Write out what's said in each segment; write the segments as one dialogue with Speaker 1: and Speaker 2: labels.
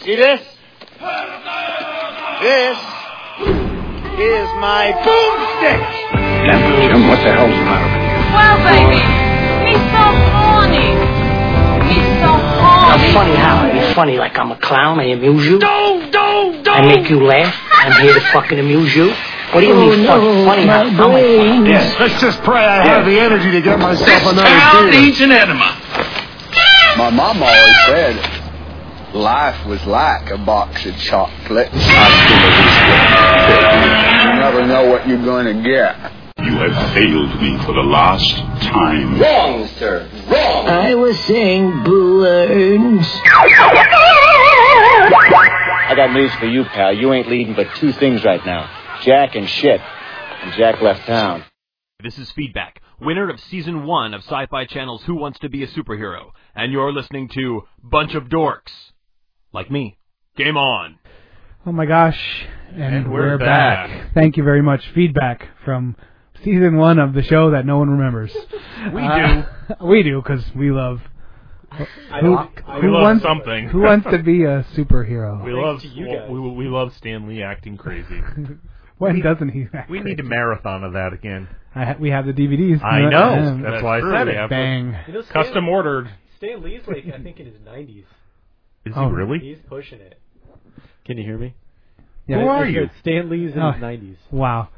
Speaker 1: See this? This is my boomstick.
Speaker 2: Jim, what the hell's the matter with you?
Speaker 3: Well, baby, he's so horny. He's so
Speaker 4: I'm
Speaker 3: horny.
Speaker 4: funny how? I be funny like I'm a clown. I amuse you.
Speaker 1: Don't, don't, Oh,
Speaker 4: I make you laugh. I'm here to fucking amuse you. What do you mean fucking funny how? I'm a funny.
Speaker 2: Yes.
Speaker 5: Let's just pray I have the energy to get myself
Speaker 6: Town
Speaker 5: another beer.
Speaker 6: needs an enema.
Speaker 2: My mom always said life was like a box of chocolates. You never know what you're going to get.
Speaker 7: You have failed me for the last time.
Speaker 2: Wrong, sir. Wrong.
Speaker 4: I was saying balloons.
Speaker 1: I got news for you, pal. You ain't leading but two things right now Jack and shit. And Jack left town.
Speaker 8: This is Feedback, winner of season one of Sci Fi Channel's Who Wants to Be a Superhero, and you're listening to Bunch of Dorks. Like me. Game on.
Speaker 9: Oh my gosh. And,
Speaker 6: And we're back.
Speaker 9: Thank you very much. Feedback from season one of the show that no one remembers.
Speaker 6: We
Speaker 9: Uh, we do, because we love. Who,
Speaker 6: We
Speaker 9: who
Speaker 6: love
Speaker 9: wants,
Speaker 6: something.
Speaker 9: who wants to be a superhero?
Speaker 6: We love we, we love Stan Lee acting crazy.
Speaker 9: when doesn't he?
Speaker 10: We need a marathon of that again.
Speaker 9: I ha- we have the DVDs.
Speaker 10: I
Speaker 9: Yeah.
Speaker 10: know.
Speaker 9: Yeah.
Speaker 10: That's why I
Speaker 6: true.
Speaker 10: said
Speaker 6: We have
Speaker 10: it.
Speaker 9: Bang.
Speaker 11: You know, Stan,
Speaker 6: Custom ordered.
Speaker 11: Stan Lee's like I think in his 90s.
Speaker 10: Is he
Speaker 9: Oh.
Speaker 10: really?
Speaker 11: He's pushing it. Can you hear me?
Speaker 9: Yeah.
Speaker 10: Who are
Speaker 11: I
Speaker 10: you?
Speaker 11: said Stan Lee's in
Speaker 9: Oh.
Speaker 11: his 90s.
Speaker 9: Wow.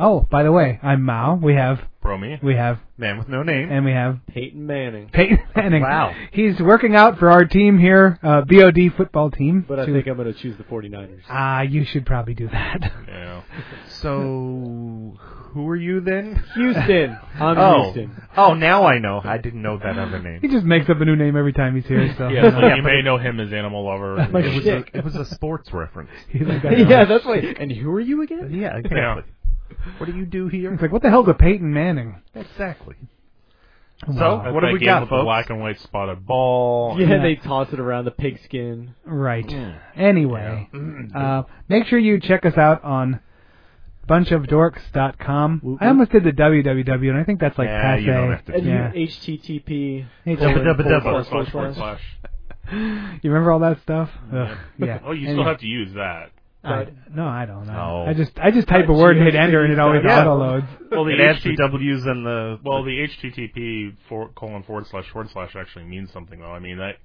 Speaker 9: Oh, by the way, I'm Mao. We have
Speaker 10: Bro me.
Speaker 9: we have
Speaker 10: Man with no name.
Speaker 9: and we have
Speaker 11: Peyton Manning.
Speaker 9: Peyton Manning.
Speaker 10: Wow.
Speaker 9: He's working out for our team here, uh, BOD football team.
Speaker 11: But I
Speaker 9: To-
Speaker 11: think I'm going to choose the 49ers.
Speaker 9: ah, you should probably do that.
Speaker 6: Yeah.
Speaker 10: So, who are you then?
Speaker 11: Houston. I'm
Speaker 10: Oh.
Speaker 11: Houston.
Speaker 10: Oh, now I know. I didn't know that other name.
Speaker 9: He just makes up a new name every time he's here. So
Speaker 6: Yeah, so
Speaker 10: Yeah,
Speaker 6: you
Speaker 10: but
Speaker 6: may know him as Animal Lover.
Speaker 9: Like
Speaker 10: It was,
Speaker 9: shit.
Speaker 10: a, it was a sports reference.
Speaker 9: He's like, I know.
Speaker 11: yeah, that's why. And who are you again?
Speaker 10: Yeah, exactly. What do you do here?
Speaker 9: It's like, what the hell's a Peyton Manning?
Speaker 10: Exactly.
Speaker 9: Wow.
Speaker 10: So, what have we got,
Speaker 6: with
Speaker 10: folks?
Speaker 6: The black and white spotted ball.
Speaker 11: Yeah,
Speaker 9: Yeah.
Speaker 11: they toss it around the pigskin.
Speaker 9: Right. Anyway,
Speaker 10: Mm-hmm.
Speaker 9: uh, make sure you check us out on bunchofdorks.com. I almost did the www, and I think that's like
Speaker 10: yeah,
Speaker 9: passe.
Speaker 10: you don't have to.
Speaker 11: And
Speaker 9: Yeah.
Speaker 11: you HTTP.
Speaker 9: H-
Speaker 11: colon,
Speaker 10: Dubba
Speaker 11: forward
Speaker 10: dubba dubba.
Speaker 11: slash,
Speaker 6: Forward slash,
Speaker 11: forward
Speaker 6: forward
Speaker 11: slash.
Speaker 6: slash.
Speaker 9: you remember all that stuff? Ugh, yeah.
Speaker 6: Oh, you
Speaker 9: Anyway,
Speaker 6: still have to use that.
Speaker 9: I, no, I don't know.
Speaker 10: No.
Speaker 9: I just I just type a word and hit enter, and it always
Speaker 10: Yeah.
Speaker 9: auto loads.
Speaker 6: Well, the
Speaker 10: it adds the
Speaker 6: HTTP
Speaker 10: W's and the
Speaker 6: Well, the HTTP for, colon forward slash forward slash actually means something though. I mean that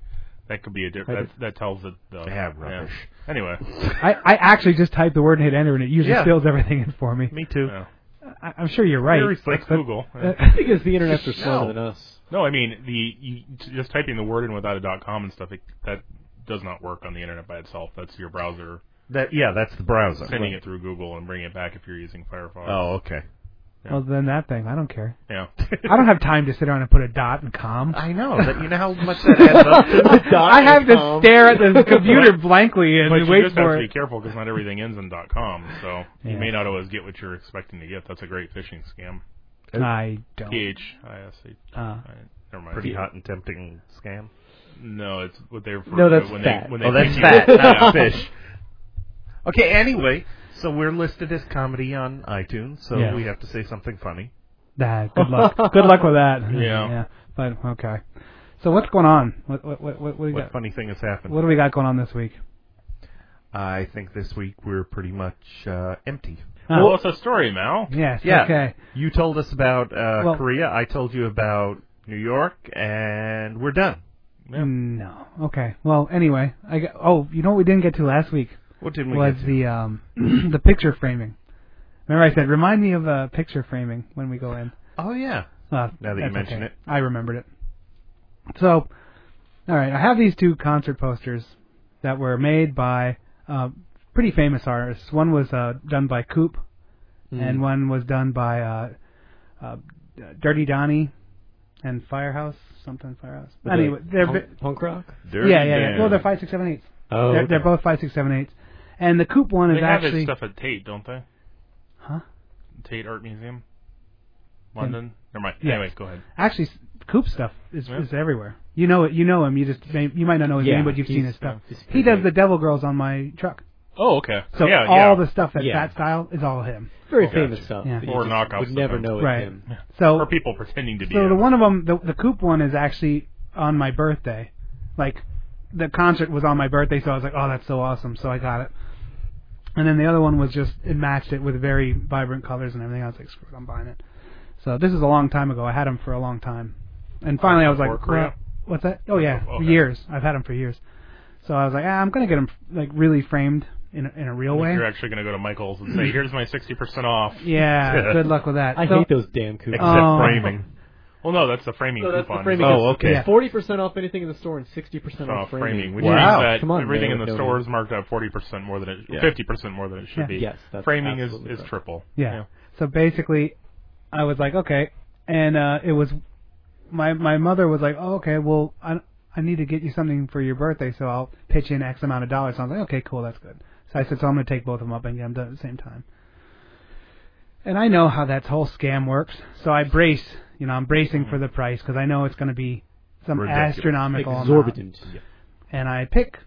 Speaker 6: that could be a different that, that tells it. The,
Speaker 10: Yeah, rubbish.
Speaker 6: Anyway,
Speaker 9: I, I actually just type the word and hit enter, and it usually
Speaker 10: Yeah.
Speaker 9: fills everything in for me.
Speaker 10: me too.
Speaker 6: yeah.
Speaker 9: I, I'm sure you're right.
Speaker 6: Seriously, like
Speaker 9: but-
Speaker 6: Google.
Speaker 9: uh,
Speaker 11: Because the internets are slower
Speaker 10: No.
Speaker 11: than us.
Speaker 6: no, I mean the you, just typing the word in without a dot com and stuff it, that does not work on the internet by itself. That's your browser
Speaker 10: That yeah, that's the browser.
Speaker 6: sending it through Google and bringing it back if you're using Firefox.
Speaker 10: Oh, okay.
Speaker 9: well, then that thing. I don't care.
Speaker 6: Yeah.
Speaker 9: I don't have time to sit around and put a dot and com.
Speaker 10: I know. That, you know how much that adds up to?
Speaker 9: I have to stare at the computer blankly and
Speaker 6: But you
Speaker 9: wait
Speaker 6: just have
Speaker 9: for
Speaker 6: to be
Speaker 9: it.
Speaker 6: careful because not everything ends in dot .com, so
Speaker 9: Yeah.
Speaker 6: you may not always get what you're expecting to get. That's a great phishing scam.
Speaker 9: I don't.
Speaker 6: P H I S H.
Speaker 9: Uh,
Speaker 6: Never mind.
Speaker 10: Pretty hot and tempting scam.
Speaker 6: No, it's what they refer
Speaker 11: No,
Speaker 6: to
Speaker 11: that's
Speaker 6: when
Speaker 11: fat.
Speaker 6: they when they
Speaker 10: Oh, that's
Speaker 6: think
Speaker 10: fat,
Speaker 6: you-
Speaker 10: not
Speaker 6: Yeah.
Speaker 10: fish. Okay, anyway, so we're listed as comedy on iTunes, so
Speaker 9: Yeah.
Speaker 10: we have to say something funny.
Speaker 9: nah, good luck. Good luck with that.
Speaker 6: Yeah.
Speaker 9: But okay. So what's going on? What what what what, what, do you
Speaker 10: What
Speaker 9: got?
Speaker 10: funny thing has happened?
Speaker 9: what do we got going on this week?
Speaker 10: I think this week we're pretty much uh, empty.
Speaker 9: Uh,
Speaker 6: Well, it's a story, Mal.
Speaker 9: yes.
Speaker 10: yeah.
Speaker 9: Okay.
Speaker 10: You told us about uh,
Speaker 9: Well-
Speaker 10: Korea. I told you about New York, and we're done.
Speaker 9: No. Okay. Well, anyway, I got, oh, you know what we didn't get to last week
Speaker 10: What did we
Speaker 9: was
Speaker 10: get to?
Speaker 9: the um the picture framing. Remember I said remind me of uh, picture framing when we go in.
Speaker 10: Oh yeah,
Speaker 9: Uh,
Speaker 10: Now that you
Speaker 9: that's
Speaker 10: mention
Speaker 9: okay.
Speaker 10: it.
Speaker 9: I remembered it. So, all right, I have these two concert posters that were made by uh, pretty famous artists. One was uh, done by Coop, and one was done by uh, uh, Dirty Donnie and Firehouse, something Firehouse.
Speaker 11: With
Speaker 9: anyway,
Speaker 11: the
Speaker 9: they're
Speaker 11: punk, punk rock?
Speaker 9: bi- yeah, yeah, yeah. Well, they're five, six, seven, eights.
Speaker 11: Oh,
Speaker 9: they're, they're both five, six, seven, eights. And the Coop one
Speaker 6: They
Speaker 9: is
Speaker 6: have his
Speaker 9: actually
Speaker 6: stuff at Tate, don't they?
Speaker 9: Huh?
Speaker 6: Tate Art Museum, London. Never mind.
Speaker 9: Yeah.
Speaker 6: Anyway, go ahead.
Speaker 9: actually s- Coop stuff is,
Speaker 6: Yeah.
Speaker 9: is everywhere. You know it. You know him. You just may, you might not know his
Speaker 11: Yeah,
Speaker 9: name, but you've seen
Speaker 11: he's-
Speaker 9: his stuff.
Speaker 11: he's
Speaker 9: He does
Speaker 11: great.
Speaker 9: the Devil Girls on my truck.
Speaker 6: Oh, okay.
Speaker 9: So
Speaker 6: yeah,
Speaker 9: all
Speaker 6: yeah.
Speaker 9: the stuff that's
Speaker 11: Yeah.
Speaker 9: that style is all him.
Speaker 11: Very
Speaker 6: Gotcha.
Speaker 11: famous stuff.
Speaker 9: Yeah.
Speaker 11: that you
Speaker 6: Or
Speaker 11: just
Speaker 6: knockoffs
Speaker 11: Would never
Speaker 6: sometimes.
Speaker 11: know it's
Speaker 9: Right.
Speaker 11: him.
Speaker 6: or
Speaker 9: So
Speaker 6: people pretending to be.
Speaker 9: so the
Speaker 6: him.
Speaker 9: one of them, the, the coupe one, is actually on my birthday, like the concert was on my birthday, so I was like, oh, that's so awesome. So I got it. And then the other one was just it matched it with very vibrant colors and everything. I was like, screw it, I'm buying it. So this is a long time ago. I had them for a long time, and finally I was like,
Speaker 6: Or
Speaker 9: well,
Speaker 6: crap.
Speaker 9: what's that? Oh yeah,
Speaker 6: Okay.
Speaker 9: years. I've had them for years. So I was like, ah, I'm gonna get them like really framed in a, in a real way.
Speaker 6: You're actually going to go to Michael's and say, "Here's my sixty percent off."
Speaker 9: Yeah, good luck with that.
Speaker 11: I
Speaker 9: So-
Speaker 11: hate those damn coupons.
Speaker 6: Except
Speaker 9: Oh.
Speaker 6: framing. Well, no, that's the framing
Speaker 11: No, that's
Speaker 6: coupon.
Speaker 11: the framing.
Speaker 6: oh, okay.
Speaker 11: Forty percent off anything in the store and sixty percent
Speaker 6: Off
Speaker 11: off
Speaker 6: Oh, framing,
Speaker 11: Oh, framing.
Speaker 6: which
Speaker 11: wow!
Speaker 6: means that
Speaker 11: Come on,
Speaker 6: everything
Speaker 11: man,
Speaker 6: in the
Speaker 11: don't-
Speaker 6: store is marked up forty percent more than it,
Speaker 11: Yeah.
Speaker 6: fifty percent more than it should
Speaker 9: Yeah.
Speaker 6: be.
Speaker 11: Yes, that's
Speaker 6: framing is
Speaker 11: absolutely
Speaker 6: is
Speaker 11: correct.
Speaker 6: triple.
Speaker 9: Yeah. So basically, I was like, okay, and uh, it was my my mother was like, oh, okay, well, I I need to get you something for your birthday, so I'll pitch in X amount of dollars. So I was like, okay, cool, that's good. So I said, so I'm gonna take both of them up and get them done at the same time. And I know how that whole scam works, so I brace, you know, I'm bracing for the price because I know it's gonna be some
Speaker 11: Ridiculous.
Speaker 9: astronomical amount
Speaker 11: exorbitant.
Speaker 9: and I pick.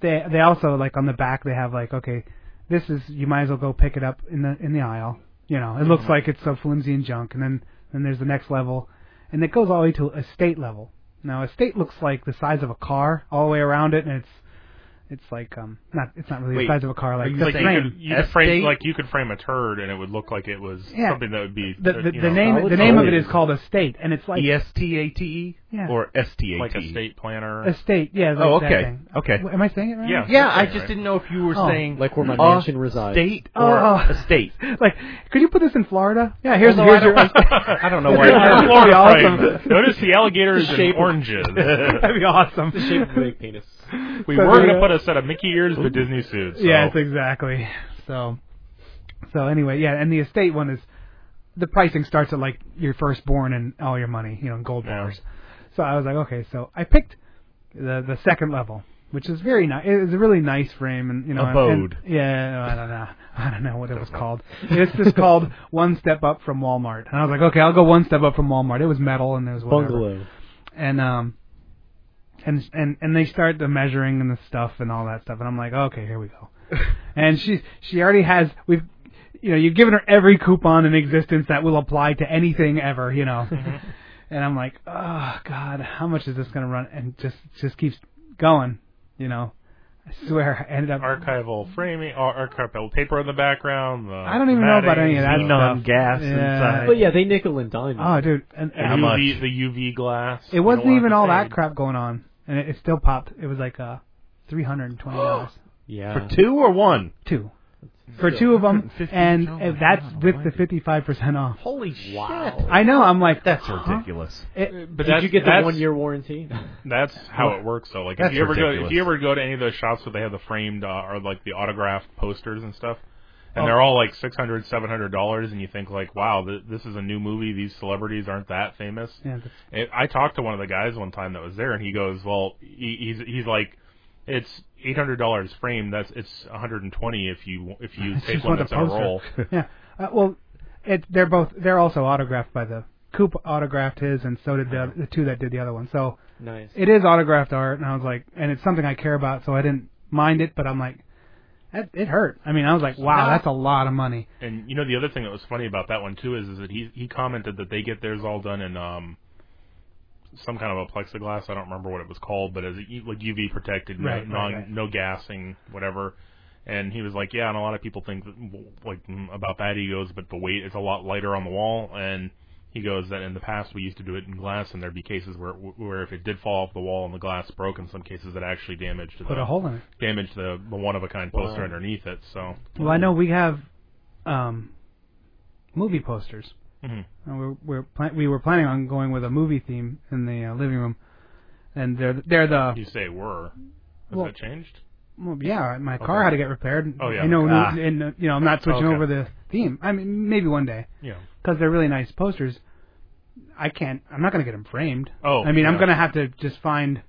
Speaker 9: They they also like on the back they have like okay, this is you might as well go pick it up in the in the aisle. You know, it looks
Speaker 6: Mm-hmm.
Speaker 11: Mhm.
Speaker 9: like it's so flimsy and junk, and then then there's the next level, and it goes all the way to estate level. Now estate looks like the size of a car all the way around it, and it's it's like um not it's not really
Speaker 6: Wait,
Speaker 9: the size of a car like,
Speaker 6: Like
Speaker 9: the
Speaker 6: you
Speaker 9: frame.
Speaker 6: could, you could frame like you could frame a turd and it would look like it was
Speaker 9: Yeah.
Speaker 6: something that would be
Speaker 9: the
Speaker 6: uh,
Speaker 9: the,
Speaker 6: you
Speaker 9: the
Speaker 6: know,
Speaker 9: name the name of it is called estate, and it's like
Speaker 10: E S T A T E
Speaker 9: Yeah.
Speaker 10: or S T A T E.
Speaker 6: like estate planner.
Speaker 9: estate. Yeah. Like
Speaker 10: Oh,
Speaker 9: that
Speaker 10: okay.
Speaker 9: thing.
Speaker 10: Okay.
Speaker 9: Am I saying it right?
Speaker 6: Yeah,
Speaker 10: Yeah, I
Speaker 6: Okay,
Speaker 10: just
Speaker 6: right.
Speaker 10: didn't know if you were
Speaker 9: Oh.
Speaker 10: saying
Speaker 11: Like where my
Speaker 10: a
Speaker 11: mansion resides.
Speaker 10: state or
Speaker 9: Oh.
Speaker 10: estate.
Speaker 9: like, could you put this in Florida? Yeah, here's,
Speaker 10: Although I
Speaker 9: here's your.
Speaker 10: don't- I don't know
Speaker 9: That'd
Speaker 10: why.
Speaker 9: be
Speaker 10: That'd be
Speaker 9: awesome.
Speaker 6: Frame. Notice the alligators and
Speaker 11: shape of-
Speaker 6: oranges.
Speaker 9: That'd be awesome.
Speaker 11: The shape of a big penis.
Speaker 6: we
Speaker 9: So
Speaker 6: were going
Speaker 9: the-
Speaker 6: to put a set of Mickey ears but Disney suits. So.
Speaker 9: Yes, exactly. So, so anyway, yeah, and the estate one is the pricing starts at like your firstborn and all your money, you know, in gold
Speaker 6: Yeah.
Speaker 9: bars. So I was like, okay, so I picked the the second level, which is very nice. It's a really nice frame, and you know, and- and-
Speaker 6: Abode.
Speaker 9: yeah, I don't know, I don't know what it was called. It's just called one step up from Walmart, and I was like, okay, I'll go one step up from Walmart. It was metal, and there was whatever
Speaker 11: Bungalow.
Speaker 9: and um and and and they start the measuring and the stuff and all that stuff and I'm like oh, okay here we go and she she already has we've you know you've given her every coupon in existence that will apply to anything ever you know
Speaker 10: Mm-hmm.
Speaker 9: and I'm like oh god how much is this gonna run and just just keeps going you know I swear I ended up
Speaker 6: Archival framing, ar- archival paper in the background. The
Speaker 9: I don't even know about any of that
Speaker 10: Xenon
Speaker 9: stuff.
Speaker 10: gas
Speaker 9: Yeah.
Speaker 10: inside.
Speaker 11: But yeah, they nickel and dime.
Speaker 9: oh dude and,
Speaker 6: The
Speaker 9: and
Speaker 10: How much?
Speaker 6: UV, the UV glass.
Speaker 9: it wasn't even all that crap going on and it, it still popped it was like uh three hundred and twenty dollars.
Speaker 11: yeah.
Speaker 10: For two or one?
Speaker 9: two for two of them,
Speaker 10: $150
Speaker 9: and
Speaker 10: Oh,
Speaker 9: if that's
Speaker 10: wow,
Speaker 9: with
Speaker 10: why
Speaker 9: the
Speaker 10: did-
Speaker 9: fifty-five percent off.
Speaker 10: Holy
Speaker 11: Wow.
Speaker 10: shit.
Speaker 9: I know. I'm like,
Speaker 10: That's
Speaker 9: huh?
Speaker 10: ridiculous.
Speaker 9: It,
Speaker 6: But
Speaker 11: Did
Speaker 6: that's,
Speaker 11: you get the
Speaker 6: that's,
Speaker 11: one year warranty?
Speaker 6: That's how it works, though. Like, if
Speaker 10: That's
Speaker 6: you ever go,
Speaker 10: ridiculous.
Speaker 6: if you ever go to any of those shops where they have the framed uh, or like the autographed posters and stuff, and they're all like six hundred, seven hundred dollars, and you think like, wow, th- this is a new movie. These celebrities aren't that famous.
Speaker 9: yeah, that's-
Speaker 6: And I talked to one of the guys one time that was there, and he goes, well, he, he's he's like, it's eight hundred dollars framed. That's it's one hundred and twenty if you if you
Speaker 9: I
Speaker 6: take
Speaker 9: just
Speaker 6: one
Speaker 9: want
Speaker 6: that's
Speaker 9: the
Speaker 6: on a
Speaker 9: poster.
Speaker 6: roll.
Speaker 9: yeah. Uh, well, it, they're both. They're also autographed by the Coop autographed his, and so did the, the two that did the other one. So
Speaker 11: nice.
Speaker 9: it is autographed art, and I was like, and it's something I care about, so I didn't mind it. But I'm like, that, it hurt. I mean, I was like, wow, that's a lot of money.
Speaker 6: And you know the other thing that was funny about that one too is is that he he commented that they get theirs all done in um some kind of a plexiglass. I don't remember what it was called, but as a- like UV protected, no,
Speaker 9: Right, right,
Speaker 6: non,
Speaker 9: right.
Speaker 6: no gassing, whatever. And he was like, yeah, and a lot of people think that, like mm, about that. He goes, but the weight is a lot lighter on the wall. And he goes that in the past we used to do it in glass, and there'd be cases where where if it did fall off the wall and the glass broke, in some cases it actually damaged
Speaker 9: Put
Speaker 6: the
Speaker 9: a hole in it.
Speaker 6: damaged the, the one of a kind poster
Speaker 11: Wow.
Speaker 6: underneath it. So
Speaker 9: Well, I know we have um, movie posters.
Speaker 6: Mhm.
Speaker 9: And we're, we're pla- we were planning on going with a movie theme in the uh, living room, and they're they're the
Speaker 6: you say were. Has
Speaker 9: Well,
Speaker 6: that changed?
Speaker 9: well, yeah. My car had to get repaired.
Speaker 6: Oh, yeah.
Speaker 9: You know,
Speaker 10: Ah.
Speaker 9: and, and, uh, you know, I'm not switching
Speaker 6: Okay.
Speaker 9: over the theme. I mean, maybe one day
Speaker 6: Yeah.
Speaker 9: because they're really nice posters. I can't. I'm not gonna get them framed.
Speaker 6: Oh,
Speaker 9: I mean, I'm
Speaker 6: yeah.
Speaker 9: gonna have to just find,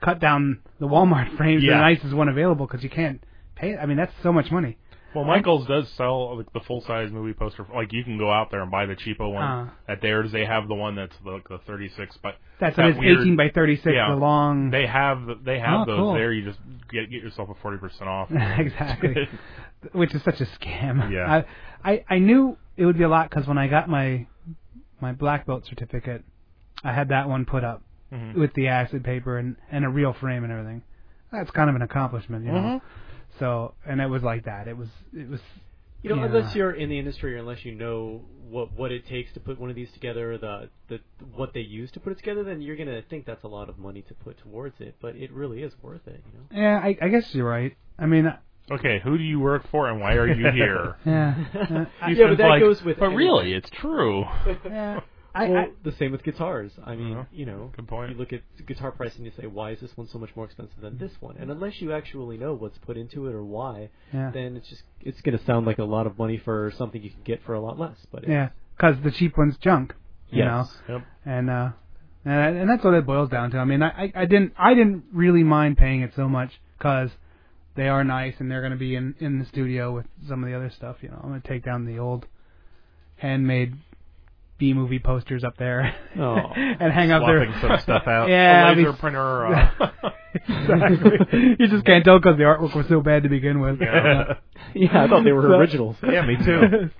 Speaker 9: cut down the Walmart frames to
Speaker 6: Yeah.
Speaker 9: the nicest one available because you can't pay. I mean, that's so much money.
Speaker 6: Well, Michaels does sell like the full size movie poster. Like you can go out there and buy the cheapo one
Speaker 9: Uh.
Speaker 6: at theirs. They have the one that's like the 36, but
Speaker 9: That's
Speaker 6: that
Speaker 9: what it is,
Speaker 6: weird-
Speaker 9: 18 by 36,
Speaker 6: Yeah.
Speaker 9: the long.
Speaker 6: They have the- they have
Speaker 9: Oh,
Speaker 6: those
Speaker 9: cool.
Speaker 6: there. You just get get yourself a 40 percent off.
Speaker 9: exactly. Which is such a scam.
Speaker 6: Yeah.
Speaker 9: I, I, I knew it would be a lot because when I got my my black belt certificate, I had that one put up
Speaker 6: Mhm.
Speaker 9: with the acid paper and, and a real frame and everything. that's kind of an accomplishment, you know.
Speaker 11: Mhm.
Speaker 9: So, and it was like that. It was it was
Speaker 11: You know,
Speaker 9: yeah.
Speaker 11: unless you're in the industry or unless you know what what it takes to put one of these together, the the what they use to put it together, then you're gonna think that's a lot of money to put towards it. But it really is worth it. You know?
Speaker 9: Yeah, I, I guess you're right. I mean, uh,
Speaker 6: Okay, who do you work for and why are you here?
Speaker 9: Yeah.
Speaker 6: He
Speaker 11: yeah,
Speaker 6: sounds
Speaker 11: but that
Speaker 6: like,
Speaker 11: goes with.
Speaker 6: But
Speaker 11: anything."
Speaker 6: really, it's true.
Speaker 9: Yeah. I-
Speaker 11: well,
Speaker 9: I-
Speaker 11: the same with guitars. I mean,
Speaker 10: Uh-huh.
Speaker 6: Mhm.
Speaker 11: you know, you look at the guitar price and you say, why is this one so much more expensive than this one? And unless you actually know what's put into it or why,
Speaker 9: Yeah.
Speaker 11: then it's just it's going to sound like a lot of money for something you can get for a lot less. But it,
Speaker 9: Yeah, because the cheap one's junk. You
Speaker 11: Yes.
Speaker 9: know.
Speaker 11: Yep.
Speaker 9: And uh, and and that's what it boils down to. I mean, I I- I didn't I didn't really mind paying it so much because they are nice and they're going to be in in the studio with some of the other stuff. You know, I'm going to take down the old handmade. B movie posters up there,
Speaker 6: Oh.
Speaker 9: and hang up there.
Speaker 6: Swapping some stuff out.
Speaker 9: yeah,
Speaker 6: A
Speaker 9: I mean-
Speaker 6: laser printer, uh.
Speaker 9: exactly. You just can't tell because the artwork was so bad to begin with.
Speaker 6: Yeah.
Speaker 11: Yeah, I thought they were
Speaker 9: So-
Speaker 11: originals. Yeah, me too.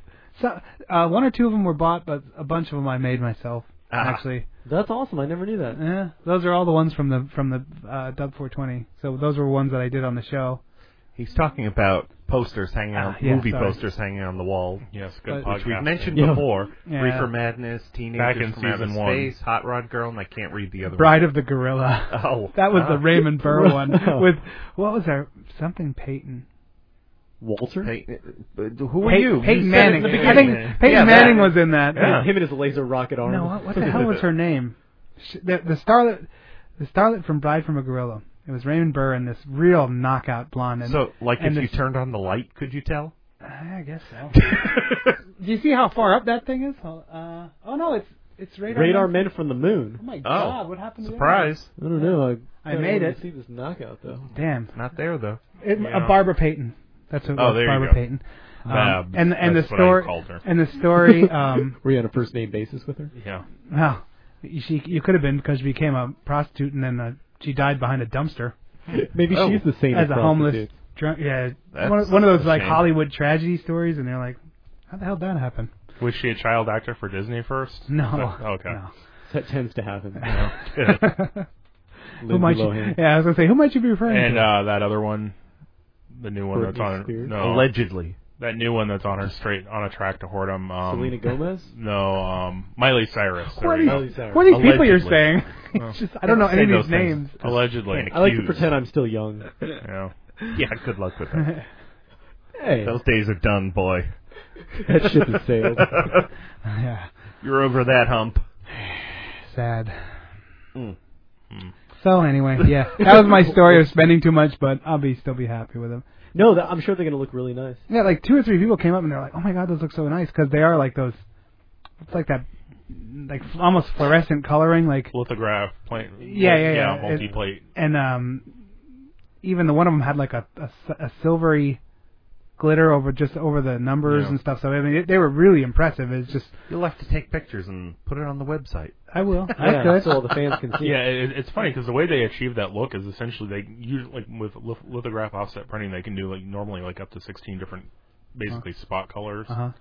Speaker 9: so, uh, one or two of them were bought, but a bunch of them I made myself.
Speaker 6: Ah.
Speaker 9: Actually,
Speaker 11: that's awesome. I never knew that.
Speaker 9: Yeah, Eh, those are all the ones from the from the uh, Dub 420. So those were ones that I did on the show.
Speaker 10: He's talking about posters hanging on,
Speaker 9: Ah, yeah,
Speaker 10: Uh, movie
Speaker 9: sorry.
Speaker 10: posters hanging on the wall.
Speaker 6: Yes,
Speaker 9: good
Speaker 10: Which we've
Speaker 9: podcasting.
Speaker 10: mentioned
Speaker 9: Yeah.
Speaker 10: before.
Speaker 9: Yeah.
Speaker 10: Reefer Madness, Teenagers
Speaker 6: Back in
Speaker 10: from Outer
Speaker 6: season one.
Speaker 10: Space, Hot Rod Girl, and I can't read the other
Speaker 9: Bride
Speaker 10: one.
Speaker 9: of the Gorilla.
Speaker 10: Oh.
Speaker 9: that was the
Speaker 10: Ah.
Speaker 9: Raymond Burr one
Speaker 10: Wow.
Speaker 9: with what was our something Peyton.
Speaker 11: Walter?
Speaker 10: Peyton, who were
Speaker 9: Pey-
Speaker 10: you?
Speaker 9: Peyton
Speaker 10: You said it in
Speaker 9: Manning.
Speaker 10: the
Speaker 9: I think
Speaker 10: beginning.
Speaker 9: Peyton
Speaker 10: Yeah,
Speaker 9: Manning was in that.
Speaker 11: Him and his laser rocket arm.
Speaker 9: No, what, what the hell was her name? Sh the, the starlet, the starlet from Bride from a Gorilla. It was Raymond Burr and this real knockout blonde. And,
Speaker 10: So, like, if
Speaker 9: and
Speaker 10: you
Speaker 9: this-
Speaker 10: turned on the light, could you tell?
Speaker 9: I guess so. Do you see how far up that thing is? Hold- Uh, oh no, it's it's radar.
Speaker 11: Radar
Speaker 9: Man.
Speaker 11: Men from the Moon.
Speaker 9: Oh my God, what happened to that?
Speaker 11: I don't know. I,
Speaker 9: I made
Speaker 11: didn't
Speaker 9: it.
Speaker 11: See this knockout though.
Speaker 9: Damn.
Speaker 10: Not there though.
Speaker 9: It,
Speaker 11: Yeah.
Speaker 9: uh, Barbara Payton. That's what.
Speaker 11: Oh,
Speaker 9: it was,
Speaker 11: there you
Speaker 9: Barbara
Speaker 11: go.
Speaker 9: Payton. Um,
Speaker 11: Babs,
Speaker 9: and and
Speaker 11: that's
Speaker 9: the
Speaker 11: what I
Speaker 9: story
Speaker 11: called her.
Speaker 9: and the story. Um,
Speaker 11: Were you on a first name basis with her?
Speaker 6: Yeah.
Speaker 9: wow, you, she you could have been because she became a prostitute and then uh, she died behind a dumpster.
Speaker 11: Maybe she's the same
Speaker 9: as a homeless
Speaker 11: prostitute.
Speaker 9: drunk. Yeah,
Speaker 6: That's
Speaker 9: one of, one of those
Speaker 6: a
Speaker 9: like
Speaker 6: shame.
Speaker 9: Hollywood tragedy stories, and they're like, how the hell did that happen?
Speaker 6: Was she a child actor for Disney first?
Speaker 9: No.
Speaker 6: Oh, Okay.
Speaker 11: That tends to happen.
Speaker 9: who might you,
Speaker 6: Lohan.
Speaker 9: yeah, I was gonna say who might you be referring
Speaker 6: And
Speaker 9: to?
Speaker 6: uh, that other one, the new one that's
Speaker 9: Britney
Speaker 6: on
Speaker 9: Spears?
Speaker 6: no,
Speaker 10: Allegedly.
Speaker 6: that new one that's on her straight on a track to whoredom. Um,
Speaker 11: Selena Gomez?
Speaker 6: No, um, Miley Cyrus.
Speaker 9: What are
Speaker 6: there you
Speaker 9: these-
Speaker 6: go.
Speaker 11: Miley Cyrus.
Speaker 9: what are these people you're
Speaker 6: Allegedly.
Speaker 9: saying? It's
Speaker 6: Well,
Speaker 9: just- I don't know
Speaker 6: say
Speaker 9: any of
Speaker 6: those
Speaker 9: these
Speaker 6: things.
Speaker 9: names.
Speaker 6: Allegedly.
Speaker 11: I like to pretend I'm still young.
Speaker 6: Yeah.
Speaker 10: Yeah, good luck with that.
Speaker 11: Hey.
Speaker 10: Those days are done, boy.
Speaker 11: That ship has sailed.
Speaker 9: yeah.
Speaker 10: You're over that hump.
Speaker 9: Sad. Hmm.
Speaker 10: Mm.
Speaker 6: Hmm.
Speaker 9: So anyway, yeah, that was my story of spending too much, but I'll be still be happy with them.
Speaker 11: No, that, I'm sure they're gonna look really nice.
Speaker 9: Yeah, like two or three people came up and they're like, "Oh my god, those look so nice," because they are like those. It's like that, like almost fluorescent coloring, like
Speaker 6: Lithograph plate.
Speaker 9: Yeah, yeah, yeah.
Speaker 6: Multi plate.
Speaker 9: and um, even the one of them had like a a, s- a silvery glitter over just over the numbers
Speaker 10: Yeah.
Speaker 9: and stuff. So I mean, they were really impressive. It's just
Speaker 10: You'll have to take pictures and put it on the website.
Speaker 9: I will.
Speaker 11: Yeah,
Speaker 9: I could.
Speaker 11: so all the fans can see.
Speaker 6: Yeah, it, it's funny because the way they achieve that look is essentially they usually like with lith- lithograph offset printing they can do like normally like up to sixteen different basically spot colors,
Speaker 9: Uh-huh.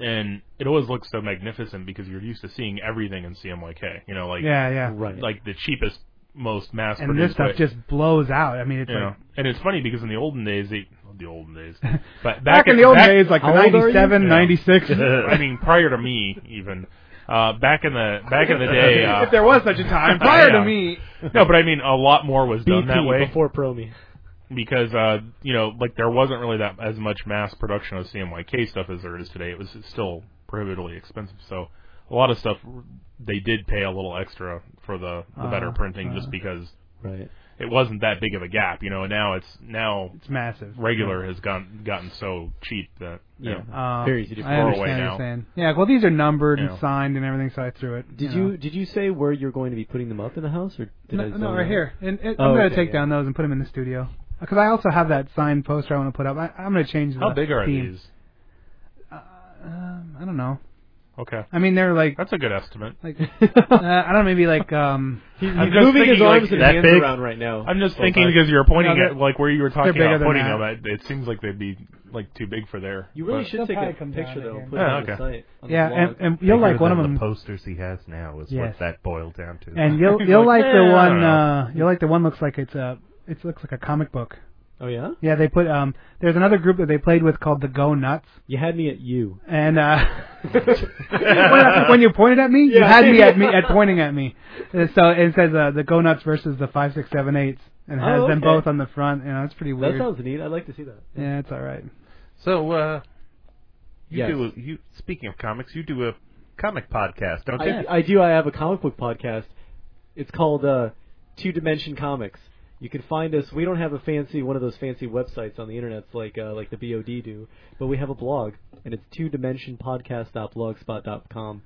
Speaker 6: and it always looks so magnificent because you're used to seeing everything in CMYK. You know, like
Speaker 9: Yeah, yeah. Right.
Speaker 6: like the cheapest, most mass
Speaker 9: and this stuff just blows out. I mean, it's
Speaker 6: you know,
Speaker 9: like
Speaker 6: and it's funny because in the olden days, they, the olden days, but back,
Speaker 9: Back in the old days, like the
Speaker 6: How old are you?
Speaker 9: 97,
Speaker 6: Yeah.
Speaker 9: 96.
Speaker 6: I mean, prior to me, even uh, back in the back in the day, uh,
Speaker 9: If there was such a time, prior to me.
Speaker 6: No, but I mean, a lot more was done
Speaker 11: BP
Speaker 6: that way
Speaker 11: before Promi.
Speaker 6: because uh, you know, like there wasn't really that as much mass production of CMYK stuff as there is today. It was still prohibitively expensive, so a lot of stuff they did pay a little extra for the, the better
Speaker 9: Uh,
Speaker 6: printing
Speaker 9: uh.
Speaker 6: just because
Speaker 11: Right.
Speaker 6: it wasn't that big of a gap. You know, and now it's now
Speaker 9: It's massive.
Speaker 6: Regular has gotten gotten so cheap that you
Speaker 11: Yeah.
Speaker 6: know,
Speaker 9: Uh,
Speaker 11: Very easy to
Speaker 9: I
Speaker 6: throw
Speaker 9: understand
Speaker 6: away
Speaker 9: what you're
Speaker 6: now.
Speaker 9: saying. Yeah, well, these are numbered
Speaker 6: Yeah.
Speaker 9: and signed and everything, so I threw it.
Speaker 11: Did
Speaker 9: know.
Speaker 11: you did you say where you're going to be putting them up in the house or did I
Speaker 9: No, no
Speaker 11: zone
Speaker 9: right
Speaker 11: out?
Speaker 9: here. And, and
Speaker 11: Oh,
Speaker 9: I'm gonna
Speaker 11: okay,
Speaker 9: take
Speaker 11: yeah.
Speaker 9: down those and put them in the studio because I also have that signed poster I want to put up. I, I'm gonna change. The
Speaker 6: How big are
Speaker 9: theme.
Speaker 6: these?
Speaker 9: Um, I don't know.
Speaker 6: Okay,
Speaker 9: I mean, they're like
Speaker 6: that's a good estimate.
Speaker 9: like uh, I don't know, maybe like um.
Speaker 11: He's, he's
Speaker 6: I'm just
Speaker 11: moving his
Speaker 6: thinking,
Speaker 11: arms
Speaker 6: like,
Speaker 11: and
Speaker 6: that
Speaker 11: hands
Speaker 6: big?
Speaker 11: around right now.
Speaker 6: I'm just
Speaker 11: Full
Speaker 6: thinking
Speaker 11: time.
Speaker 6: because you're pointing
Speaker 9: No, they're-
Speaker 6: at like where you were talking
Speaker 9: bigger
Speaker 6: about
Speaker 9: than
Speaker 6: putting
Speaker 9: that.
Speaker 6: them. It, it seems like they'd be like too big for there.
Speaker 11: You really
Speaker 6: but-
Speaker 11: should take
Speaker 9: probably
Speaker 11: a
Speaker 9: come
Speaker 11: picture
Speaker 9: down
Speaker 11: though.
Speaker 9: right
Speaker 11: and
Speaker 9: here.
Speaker 11: Put it
Speaker 6: Yeah, okay.
Speaker 11: on the site. on the
Speaker 9: Yeah,
Speaker 11: blog.
Speaker 9: and and you'll
Speaker 10: Bigger
Speaker 9: like one of
Speaker 10: than
Speaker 9: them,
Speaker 10: The posters he has now is
Speaker 9: Yes.
Speaker 10: what that boiled down to.
Speaker 9: and you'll you'll like the
Speaker 6: Yeah, I
Speaker 9: one
Speaker 6: don't know.
Speaker 9: uh you'll like the one looks like it's a it looks like a comic book.
Speaker 11: Oh yeah.
Speaker 9: Yeah, they put um. There's another group that they played with called the Go Nuts.
Speaker 11: You had me at you.
Speaker 9: And uh, when, when you pointed at me, you
Speaker 11: Yeah.
Speaker 9: had me at me at pointing at me. And so it says uh, the Go Nuts versus the five six seven eights, and it has
Speaker 11: Oh,
Speaker 9: them
Speaker 11: okay.
Speaker 9: both on the front. You know, it's pretty
Speaker 11: That
Speaker 9: weird.
Speaker 11: sounds neat. I'd like to see that.
Speaker 9: yeah, it's all right.
Speaker 10: So, uh, you
Speaker 11: Yes.
Speaker 10: do. A, you speaking of comics, you do a comic podcast, don't you?
Speaker 11: I, I do. I have a comic book podcast. It's called uh, Two Dimension Comics. You can find us. We don't have a fancy one of those fancy websites on the internet like uh, like the BOD do, but we have a blog, and it's two dimension podcast.blogspot.com.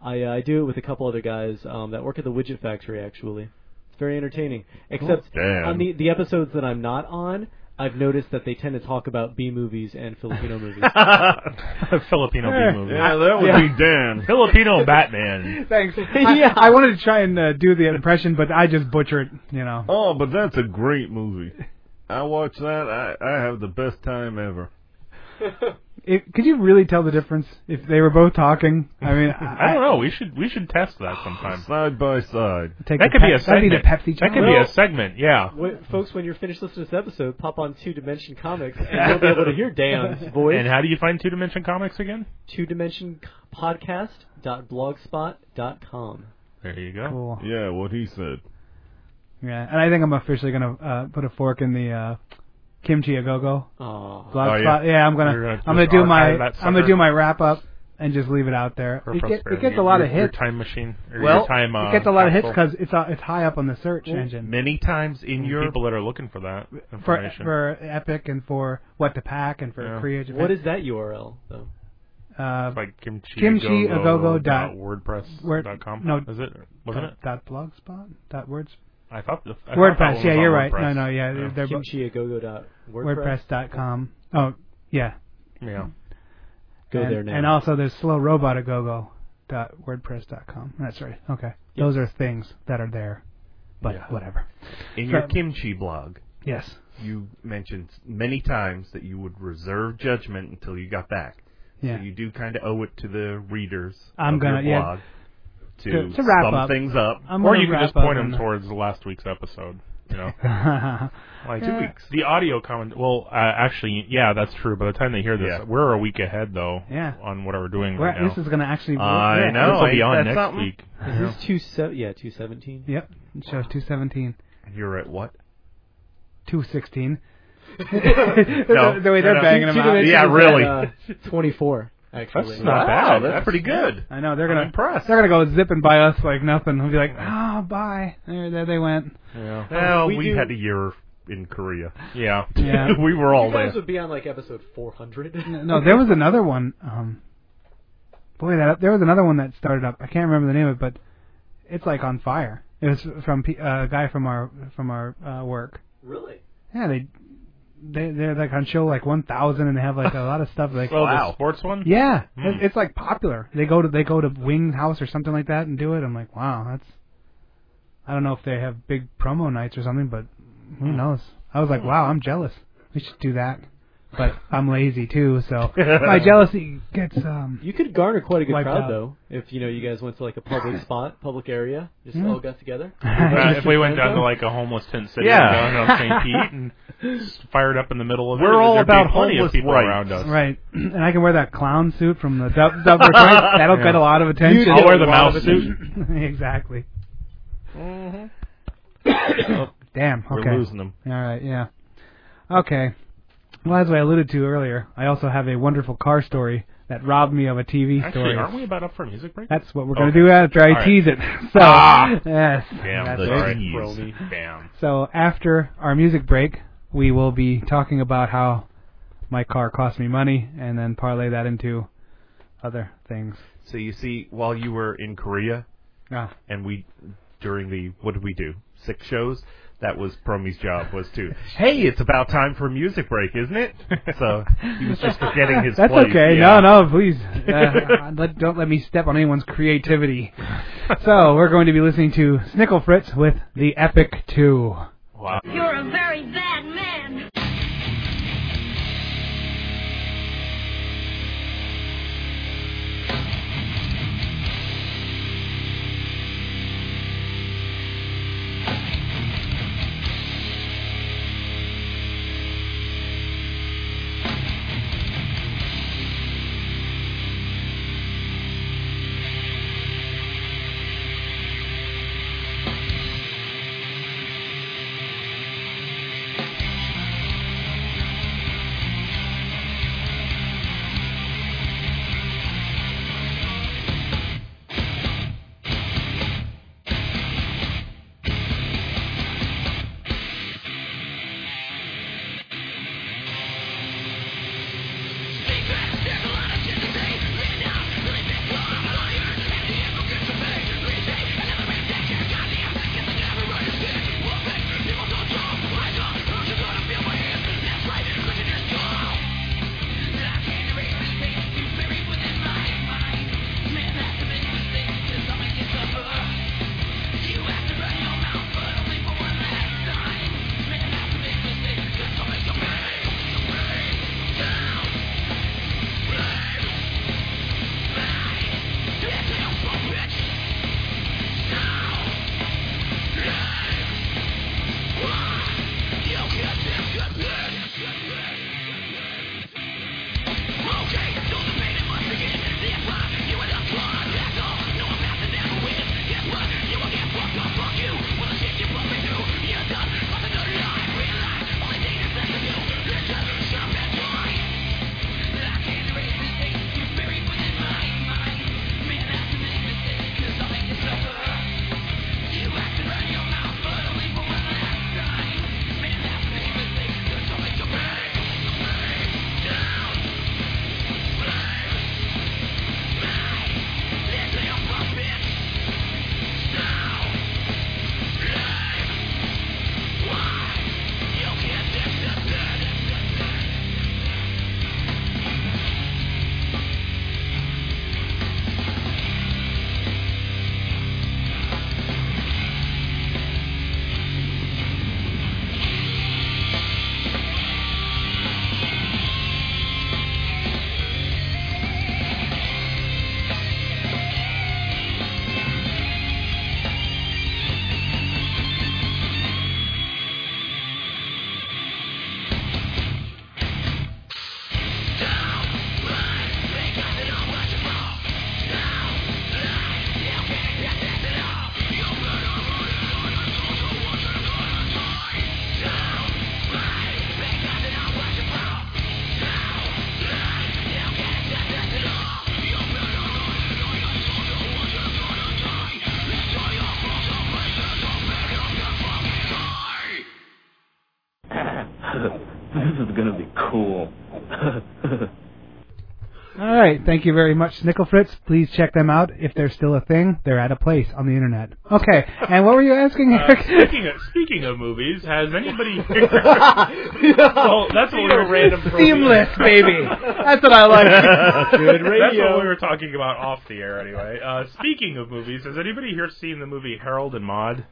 Speaker 11: I uh, I do it with a couple other guys um, that work at the Widget Factory. Actually, it's very entertaining. Except
Speaker 10: Damn.
Speaker 11: on the the episodes that I'm not on, I've noticed that they tend to talk about B movies and Filipino movies.
Speaker 6: Filipino
Speaker 9: Yeah.
Speaker 6: B movie.
Speaker 10: Yeah, that would
Speaker 11: Yeah.
Speaker 10: be Dan.
Speaker 6: Filipino Batman.
Speaker 9: Thanks.
Speaker 11: Yeah.
Speaker 9: I, I wanted to try and uh, do the impression, but I just butchered. You know.
Speaker 10: Oh, but that's a great movie. I watch that. I I have the best time ever.
Speaker 9: It, could you really tell the difference if they were both talking? I mean, I,
Speaker 6: I don't know. We should we should test that sometime.
Speaker 10: Side by side.
Speaker 9: Take
Speaker 6: That
Speaker 9: the
Speaker 6: could be a
Speaker 9: Pep- that'd be the
Speaker 6: segment.
Speaker 9: Pepsi.
Speaker 6: That could be a segment. Yeah.
Speaker 11: Wait, folks, when you're finished listening to this episode, pop on Two Dimension Comics, and you'll be able to hear Dan's voice.
Speaker 6: And how do you find Two Dimension Comics again?
Speaker 11: Two Dimension Podcast.blogspot.com.
Speaker 6: There you go.
Speaker 9: cool.
Speaker 10: Yeah, what he said.
Speaker 9: Yeah, and I think I'm officially gonna uh, put a fork in the uh, kimchi a go go
Speaker 11: Aww.
Speaker 9: blog
Speaker 10: Oh, yeah.
Speaker 9: spot. Yeah, I'm gonna,
Speaker 6: You're gonna
Speaker 9: I'm gonna
Speaker 6: just
Speaker 9: do my
Speaker 6: archive that
Speaker 9: I'm gonna
Speaker 6: sucker?
Speaker 9: do my wrap up and just leave it out there.
Speaker 6: For
Speaker 9: It, get, it
Speaker 6: prosperity.
Speaker 9: gets a lot of
Speaker 6: Your- your
Speaker 9: hits.
Speaker 6: time machine. or your
Speaker 10: Well,
Speaker 6: time, uh,
Speaker 9: it gets a lot of hits
Speaker 6: capsule.
Speaker 9: because it's uh, it's high up on the search engine
Speaker 10: Many times in your
Speaker 6: people that are looking for that
Speaker 9: for
Speaker 6: information.
Speaker 9: for Epic and for What to Pack and for
Speaker 6: Yeah.
Speaker 9: Create.
Speaker 11: What is that URL, though?
Speaker 9: uh,
Speaker 6: It's like kimchi
Speaker 9: Kimchi Agogo dot- Word-
Speaker 6: wordpress.com.
Speaker 9: no,
Speaker 6: is it? Wasn't it?
Speaker 9: dot blogspot dot words
Speaker 6: I thought the I thought that
Speaker 9: WordPress?
Speaker 6: one
Speaker 9: Yeah,
Speaker 6: was
Speaker 9: you're
Speaker 6: on
Speaker 9: right. No,
Speaker 6: WordPress.
Speaker 9: no, yeah, they're, they're bo-
Speaker 11: KimchiAgogo.wordpress.
Speaker 9: WordPress dot com. Oh, yeah.
Speaker 6: yeah. yeah.
Speaker 11: Go
Speaker 9: and,
Speaker 11: there now.
Speaker 9: And also there's slowrobotagogo.wordpress.com. That's right. Okay. Those are things that are there. But
Speaker 10: Yeah.
Speaker 9: whatever.
Speaker 10: in your
Speaker 9: so-
Speaker 10: kimchi blog.
Speaker 9: Yes.
Speaker 10: You mentioned many times that you would reserve judgment until you got back.
Speaker 9: Yeah.
Speaker 10: So you do kind of owe it to the readers
Speaker 9: I'm
Speaker 10: of
Speaker 9: gonna-
Speaker 10: your
Speaker 9: yeah. Uh,
Speaker 10: blog to,
Speaker 9: To- to wrap
Speaker 10: sum
Speaker 9: up.
Speaker 10: things up.
Speaker 9: I'm
Speaker 6: Or
Speaker 9: gonna
Speaker 6: you can
Speaker 9: wrap
Speaker 6: just point
Speaker 9: up
Speaker 6: them
Speaker 9: and-
Speaker 6: towards last week's episode. You know, like
Speaker 9: Yeah.
Speaker 6: The audio comment. Well, uh, actually, yeah, that's true. By the time they hear this,
Speaker 10: Yeah.
Speaker 6: we're a week ahead though.
Speaker 9: Yeah.
Speaker 6: On what we're doing
Speaker 9: We're-
Speaker 6: right now.
Speaker 9: this is going to actually
Speaker 10: I
Speaker 9: yeah.
Speaker 10: know.
Speaker 6: will be
Speaker 10: ain't
Speaker 6: on
Speaker 10: that
Speaker 6: next
Speaker 10: something?
Speaker 6: week.
Speaker 11: Is this two se- yeah, 217?
Speaker 9: Yep. It shows 217.
Speaker 10: You're at what?
Speaker 9: 216.
Speaker 10: No,
Speaker 9: the way they're
Speaker 10: no, no.
Speaker 9: banging them
Speaker 11: Two
Speaker 9: out.
Speaker 11: Dimension
Speaker 10: Yeah,
Speaker 11: is at,
Speaker 10: really.
Speaker 11: uh, 24, actually.
Speaker 6: That's not
Speaker 10: wow,
Speaker 6: bad.
Speaker 10: that's, pretty good.
Speaker 9: I know they're
Speaker 10: I'm
Speaker 9: gonna
Speaker 10: impressed.
Speaker 9: they're gonna go zipping by us like nothing. We'll be like, ah, bye. There, there they went.
Speaker 6: Yeah.
Speaker 10: Well,
Speaker 11: We
Speaker 10: we,
Speaker 11: do-
Speaker 10: had a year in Korea.
Speaker 6: Yeah.
Speaker 9: Yeah.
Speaker 10: we were all
Speaker 11: you guys
Speaker 10: there.
Speaker 11: would be on like episode 400.
Speaker 9: No, there was another one. Um, boy, that there was another one that started up. I can't remember the name of it, but it's like on fire. It was from P- uh, a guy from our from our uh, work.
Speaker 11: Really?
Speaker 9: Yeah, they they they're like on show like one thousand, and they have like a lot of stuff like.
Speaker 6: Well,
Speaker 10: Wow.
Speaker 6: the sports one.
Speaker 9: yeah,
Speaker 6: Hmm.
Speaker 9: it- it's like popular. They go to they go to Wing's house or something like that and do it. I'm like, wow, that's. I don't know if they have big promo nights or something, but who
Speaker 6: Hmm.
Speaker 9: knows? I was like, wow, I'm jealous. We should do that, but I'm lazy too, so my jealousy gets um.
Speaker 11: You could garner quite a good
Speaker 9: Wiped
Speaker 11: crowd
Speaker 9: out.
Speaker 11: though, if you know you guys went to like a public spot, public area, just
Speaker 9: Yeah.
Speaker 11: all got together.
Speaker 6: Uh, if we went down to like a homeless tent city
Speaker 10: Yeah.
Speaker 6: down on St. Pete and s- fired up in the middle of it,
Speaker 10: We're all
Speaker 6: there'd be
Speaker 10: about
Speaker 6: plenty
Speaker 10: homeless
Speaker 6: of people
Speaker 10: rights.
Speaker 6: around us.
Speaker 9: Right, and I can wear that clown suit from the Dub Dub Request. That'll get a lot of attention.
Speaker 6: I'll wear the mouse suit.
Speaker 9: exactly.
Speaker 6: Mm-hmm.
Speaker 9: Oh, Damn.
Speaker 10: We're
Speaker 9: Okay.
Speaker 10: losing them.
Speaker 9: All right. Yeah. Okay. Well, as I alluded to earlier, I also have a wonderful car story that robbed me of a TV
Speaker 6: Actually,
Speaker 9: story.
Speaker 6: aren't we about up for a music break?
Speaker 9: That's what we're gonna
Speaker 6: Okay.
Speaker 9: do after I
Speaker 6: All right.
Speaker 9: tease it. So
Speaker 6: Ah.
Speaker 9: yes.
Speaker 6: Damn,
Speaker 9: that's
Speaker 10: the
Speaker 9: it.
Speaker 10: Sorry.
Speaker 6: tease. Damn.
Speaker 9: So after our music break, we will be talking about how my car cost me money, and then parlay that into other things.
Speaker 10: So you see, while you were in Korea,
Speaker 9: Ah,
Speaker 10: and we during the what did we do six shows that was Promy's job was to hey it's about time for a music break isn't it so he was just forgetting his
Speaker 9: that's
Speaker 10: place.
Speaker 9: okay.
Speaker 10: yeah.
Speaker 9: No, no, please uh, let, don't let me step on anyone's creativity. so we're going to be listening to Snickle Fritz with the Epic Two.
Speaker 6: Wow.
Speaker 3: You're a very bad man.
Speaker 7: Thank
Speaker 12: be cool.
Speaker 9: All right. Thank you very much, Snickle Fritz. Please check them out if they're still a thing. They're at a place on the internet. Okay. And what were you asking,
Speaker 6: Uh,
Speaker 9: Eric?
Speaker 6: speaking of speaking of movies, has anybody? well, that's what we were random.
Speaker 9: Seamless, baby. That's what I like.
Speaker 6: Good That's what we were talking about off the air, anyway. Uh, speaking of movies, has anybody here seen the movie Harold and Maude?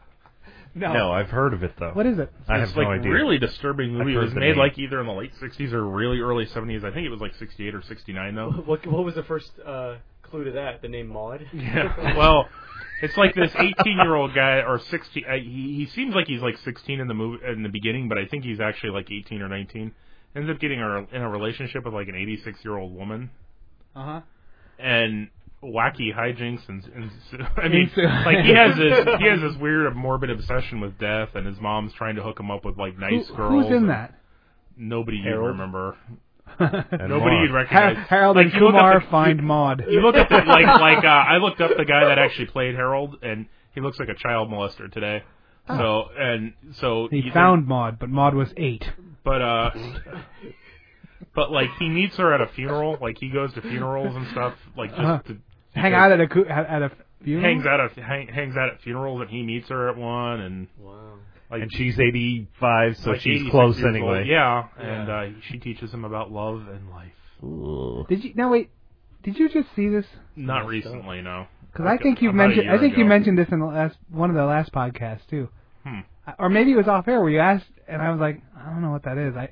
Speaker 10: No. No, I've heard of it, though. What is it? I have
Speaker 6: it's
Speaker 10: no
Speaker 6: like
Speaker 10: idea.
Speaker 6: really disturbing
Speaker 10: I've
Speaker 6: movie. It
Speaker 10: heard
Speaker 6: was
Speaker 10: the
Speaker 6: made
Speaker 10: name.
Speaker 6: like either in the late '60s or really early '70s. I think it was like '68 or '69, though.
Speaker 11: What, what was the first uh, clue to that? The name Maud.
Speaker 6: Yeah. Well, it's like this 18-year-old guy or 16. Uh, he, he seems like he's like 16 in the movie in the beginning, but I think he's actually like 18 or 19. Ends up getting a, in a relationship with like an 86-year-old woman,
Speaker 9: Uh huh.
Speaker 6: and wacky hijinks and, and I mean,
Speaker 10: Ensue.
Speaker 6: like he has this he has this weird morbid obsession with death, and his mom's trying to hook him up with like nice
Speaker 9: Who-
Speaker 6: girls.
Speaker 9: who's in
Speaker 6: and
Speaker 9: that?
Speaker 6: Nobody you
Speaker 9: Harold?
Speaker 6: remember. Nobody you'd recognize.
Speaker 9: Har- Harold
Speaker 6: Like,
Speaker 9: and
Speaker 6: you look up
Speaker 9: Kumar
Speaker 6: the-
Speaker 9: find Maud.
Speaker 6: You look at the, like like uh, I looked up the guy that actually played Harold, and he looks like a child molester today. So and so
Speaker 9: Oh. He
Speaker 6: you
Speaker 9: found Maud, but Maud was eight.
Speaker 6: think- but uh, but like he meets her at a funeral. Like he goes to funerals and stuff. Like just
Speaker 9: Uh-huh.
Speaker 6: to
Speaker 9: Hang out at a coo- at at a funeral.
Speaker 6: hangs out at hang, hangs out at funerals, and he meets her at one. And
Speaker 11: wow,
Speaker 6: like
Speaker 10: and she's 85, so
Speaker 6: like,
Speaker 10: she's
Speaker 6: 86
Speaker 10: close
Speaker 6: years old.
Speaker 10: anyway.
Speaker 6: Yeah, and uh, she teaches him about love and life.
Speaker 9: Did you? No, wait. Did you just see this?
Speaker 6: Not recently, no.
Speaker 9: Because I think
Speaker 6: you
Speaker 9: you mentioned. I think you mentioned this in the last one of the last podcasts too,
Speaker 6: Hmm.
Speaker 9: I- or maybe it was off air where you asked, and I was like, I don't know what that is. I,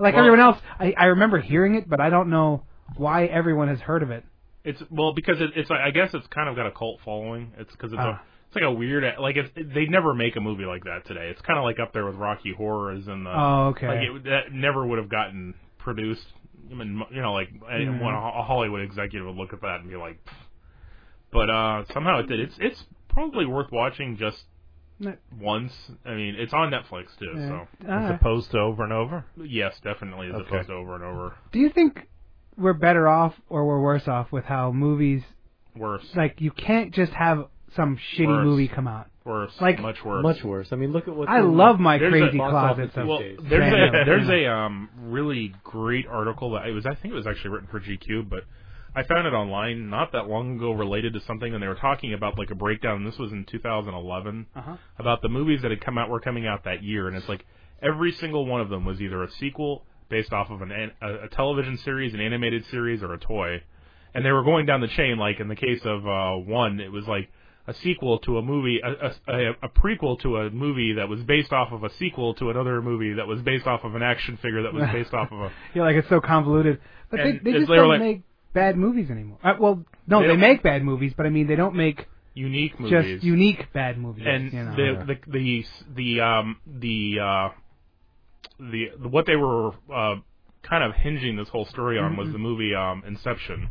Speaker 9: like
Speaker 6: Well-
Speaker 9: everyone else, I I remember hearing it, but I don't know why everyone has heard of it.
Speaker 6: It's well because it, it's I guess it's kind of got a cult following. It's because it's a
Speaker 9: Ah.
Speaker 6: it's like a weird like it's they never make a movie like that today. It's kind of like up there with Rocky Horror is in the
Speaker 9: Oh, okay.
Speaker 6: like it, that never would have gotten produced. I mean, you know, like
Speaker 9: Mm.
Speaker 6: anyone, a Hollywood executive would look at that and be like, "Pfft." but uh somehow it did. It's it's probably worth watching just
Speaker 9: No.
Speaker 6: once. I mean, it's on Netflix too,
Speaker 9: Yeah. Ah.
Speaker 6: so
Speaker 9: All right.
Speaker 10: opposed to over and over?
Speaker 6: yes, definitely as
Speaker 10: Okay.
Speaker 6: opposed to over and over
Speaker 9: Do you think we're better off or we're worse off with how movies
Speaker 6: worse,
Speaker 9: like you can't just have some shitty
Speaker 6: Worse.
Speaker 9: movie come out?
Speaker 6: worse,
Speaker 9: Like-
Speaker 6: much worse,
Speaker 11: Much worse. I mean, look at what
Speaker 9: I
Speaker 11: the
Speaker 9: love my
Speaker 11: there's
Speaker 9: crazy
Speaker 11: a box
Speaker 9: closet
Speaker 11: office
Speaker 9: stuff.
Speaker 11: these
Speaker 6: Well,
Speaker 11: days.
Speaker 6: there's
Speaker 9: Yeah.
Speaker 6: a there's a um really great article that it was I think it was actually written for GQ, but I found it online not that long ago related to something, and they were talking about like a breakdown. This was in 2011
Speaker 9: Uh-huh.
Speaker 6: about the movies that had come out were coming out that year, and it's like every single one of them was either a sequel based off of an, an a, a television series, an animated series, or a toy, and they were going down the chain. Like in the case of uh, one, it was like a sequel to a movie, a, a, a- a prequel to a movie that was based off of a sequel to another movie that was based off of an action figure that was based off of a.
Speaker 9: Yeah, like it's so convoluted. But
Speaker 6: And
Speaker 9: they, they
Speaker 6: it's
Speaker 9: just
Speaker 6: literally
Speaker 9: don't
Speaker 6: like-
Speaker 9: make bad movies anymore. Uh, well, no,
Speaker 6: They
Speaker 9: they,
Speaker 6: don't-
Speaker 9: make bad movies, but I mean they don't make
Speaker 6: Unique movies.
Speaker 9: just unique bad movies.
Speaker 6: and
Speaker 9: you know?
Speaker 6: the, the the the um the uh the what they were uh kind of hinging this whole story on was
Speaker 9: Mm-hmm.
Speaker 10: Mhm.
Speaker 6: the movie um Inception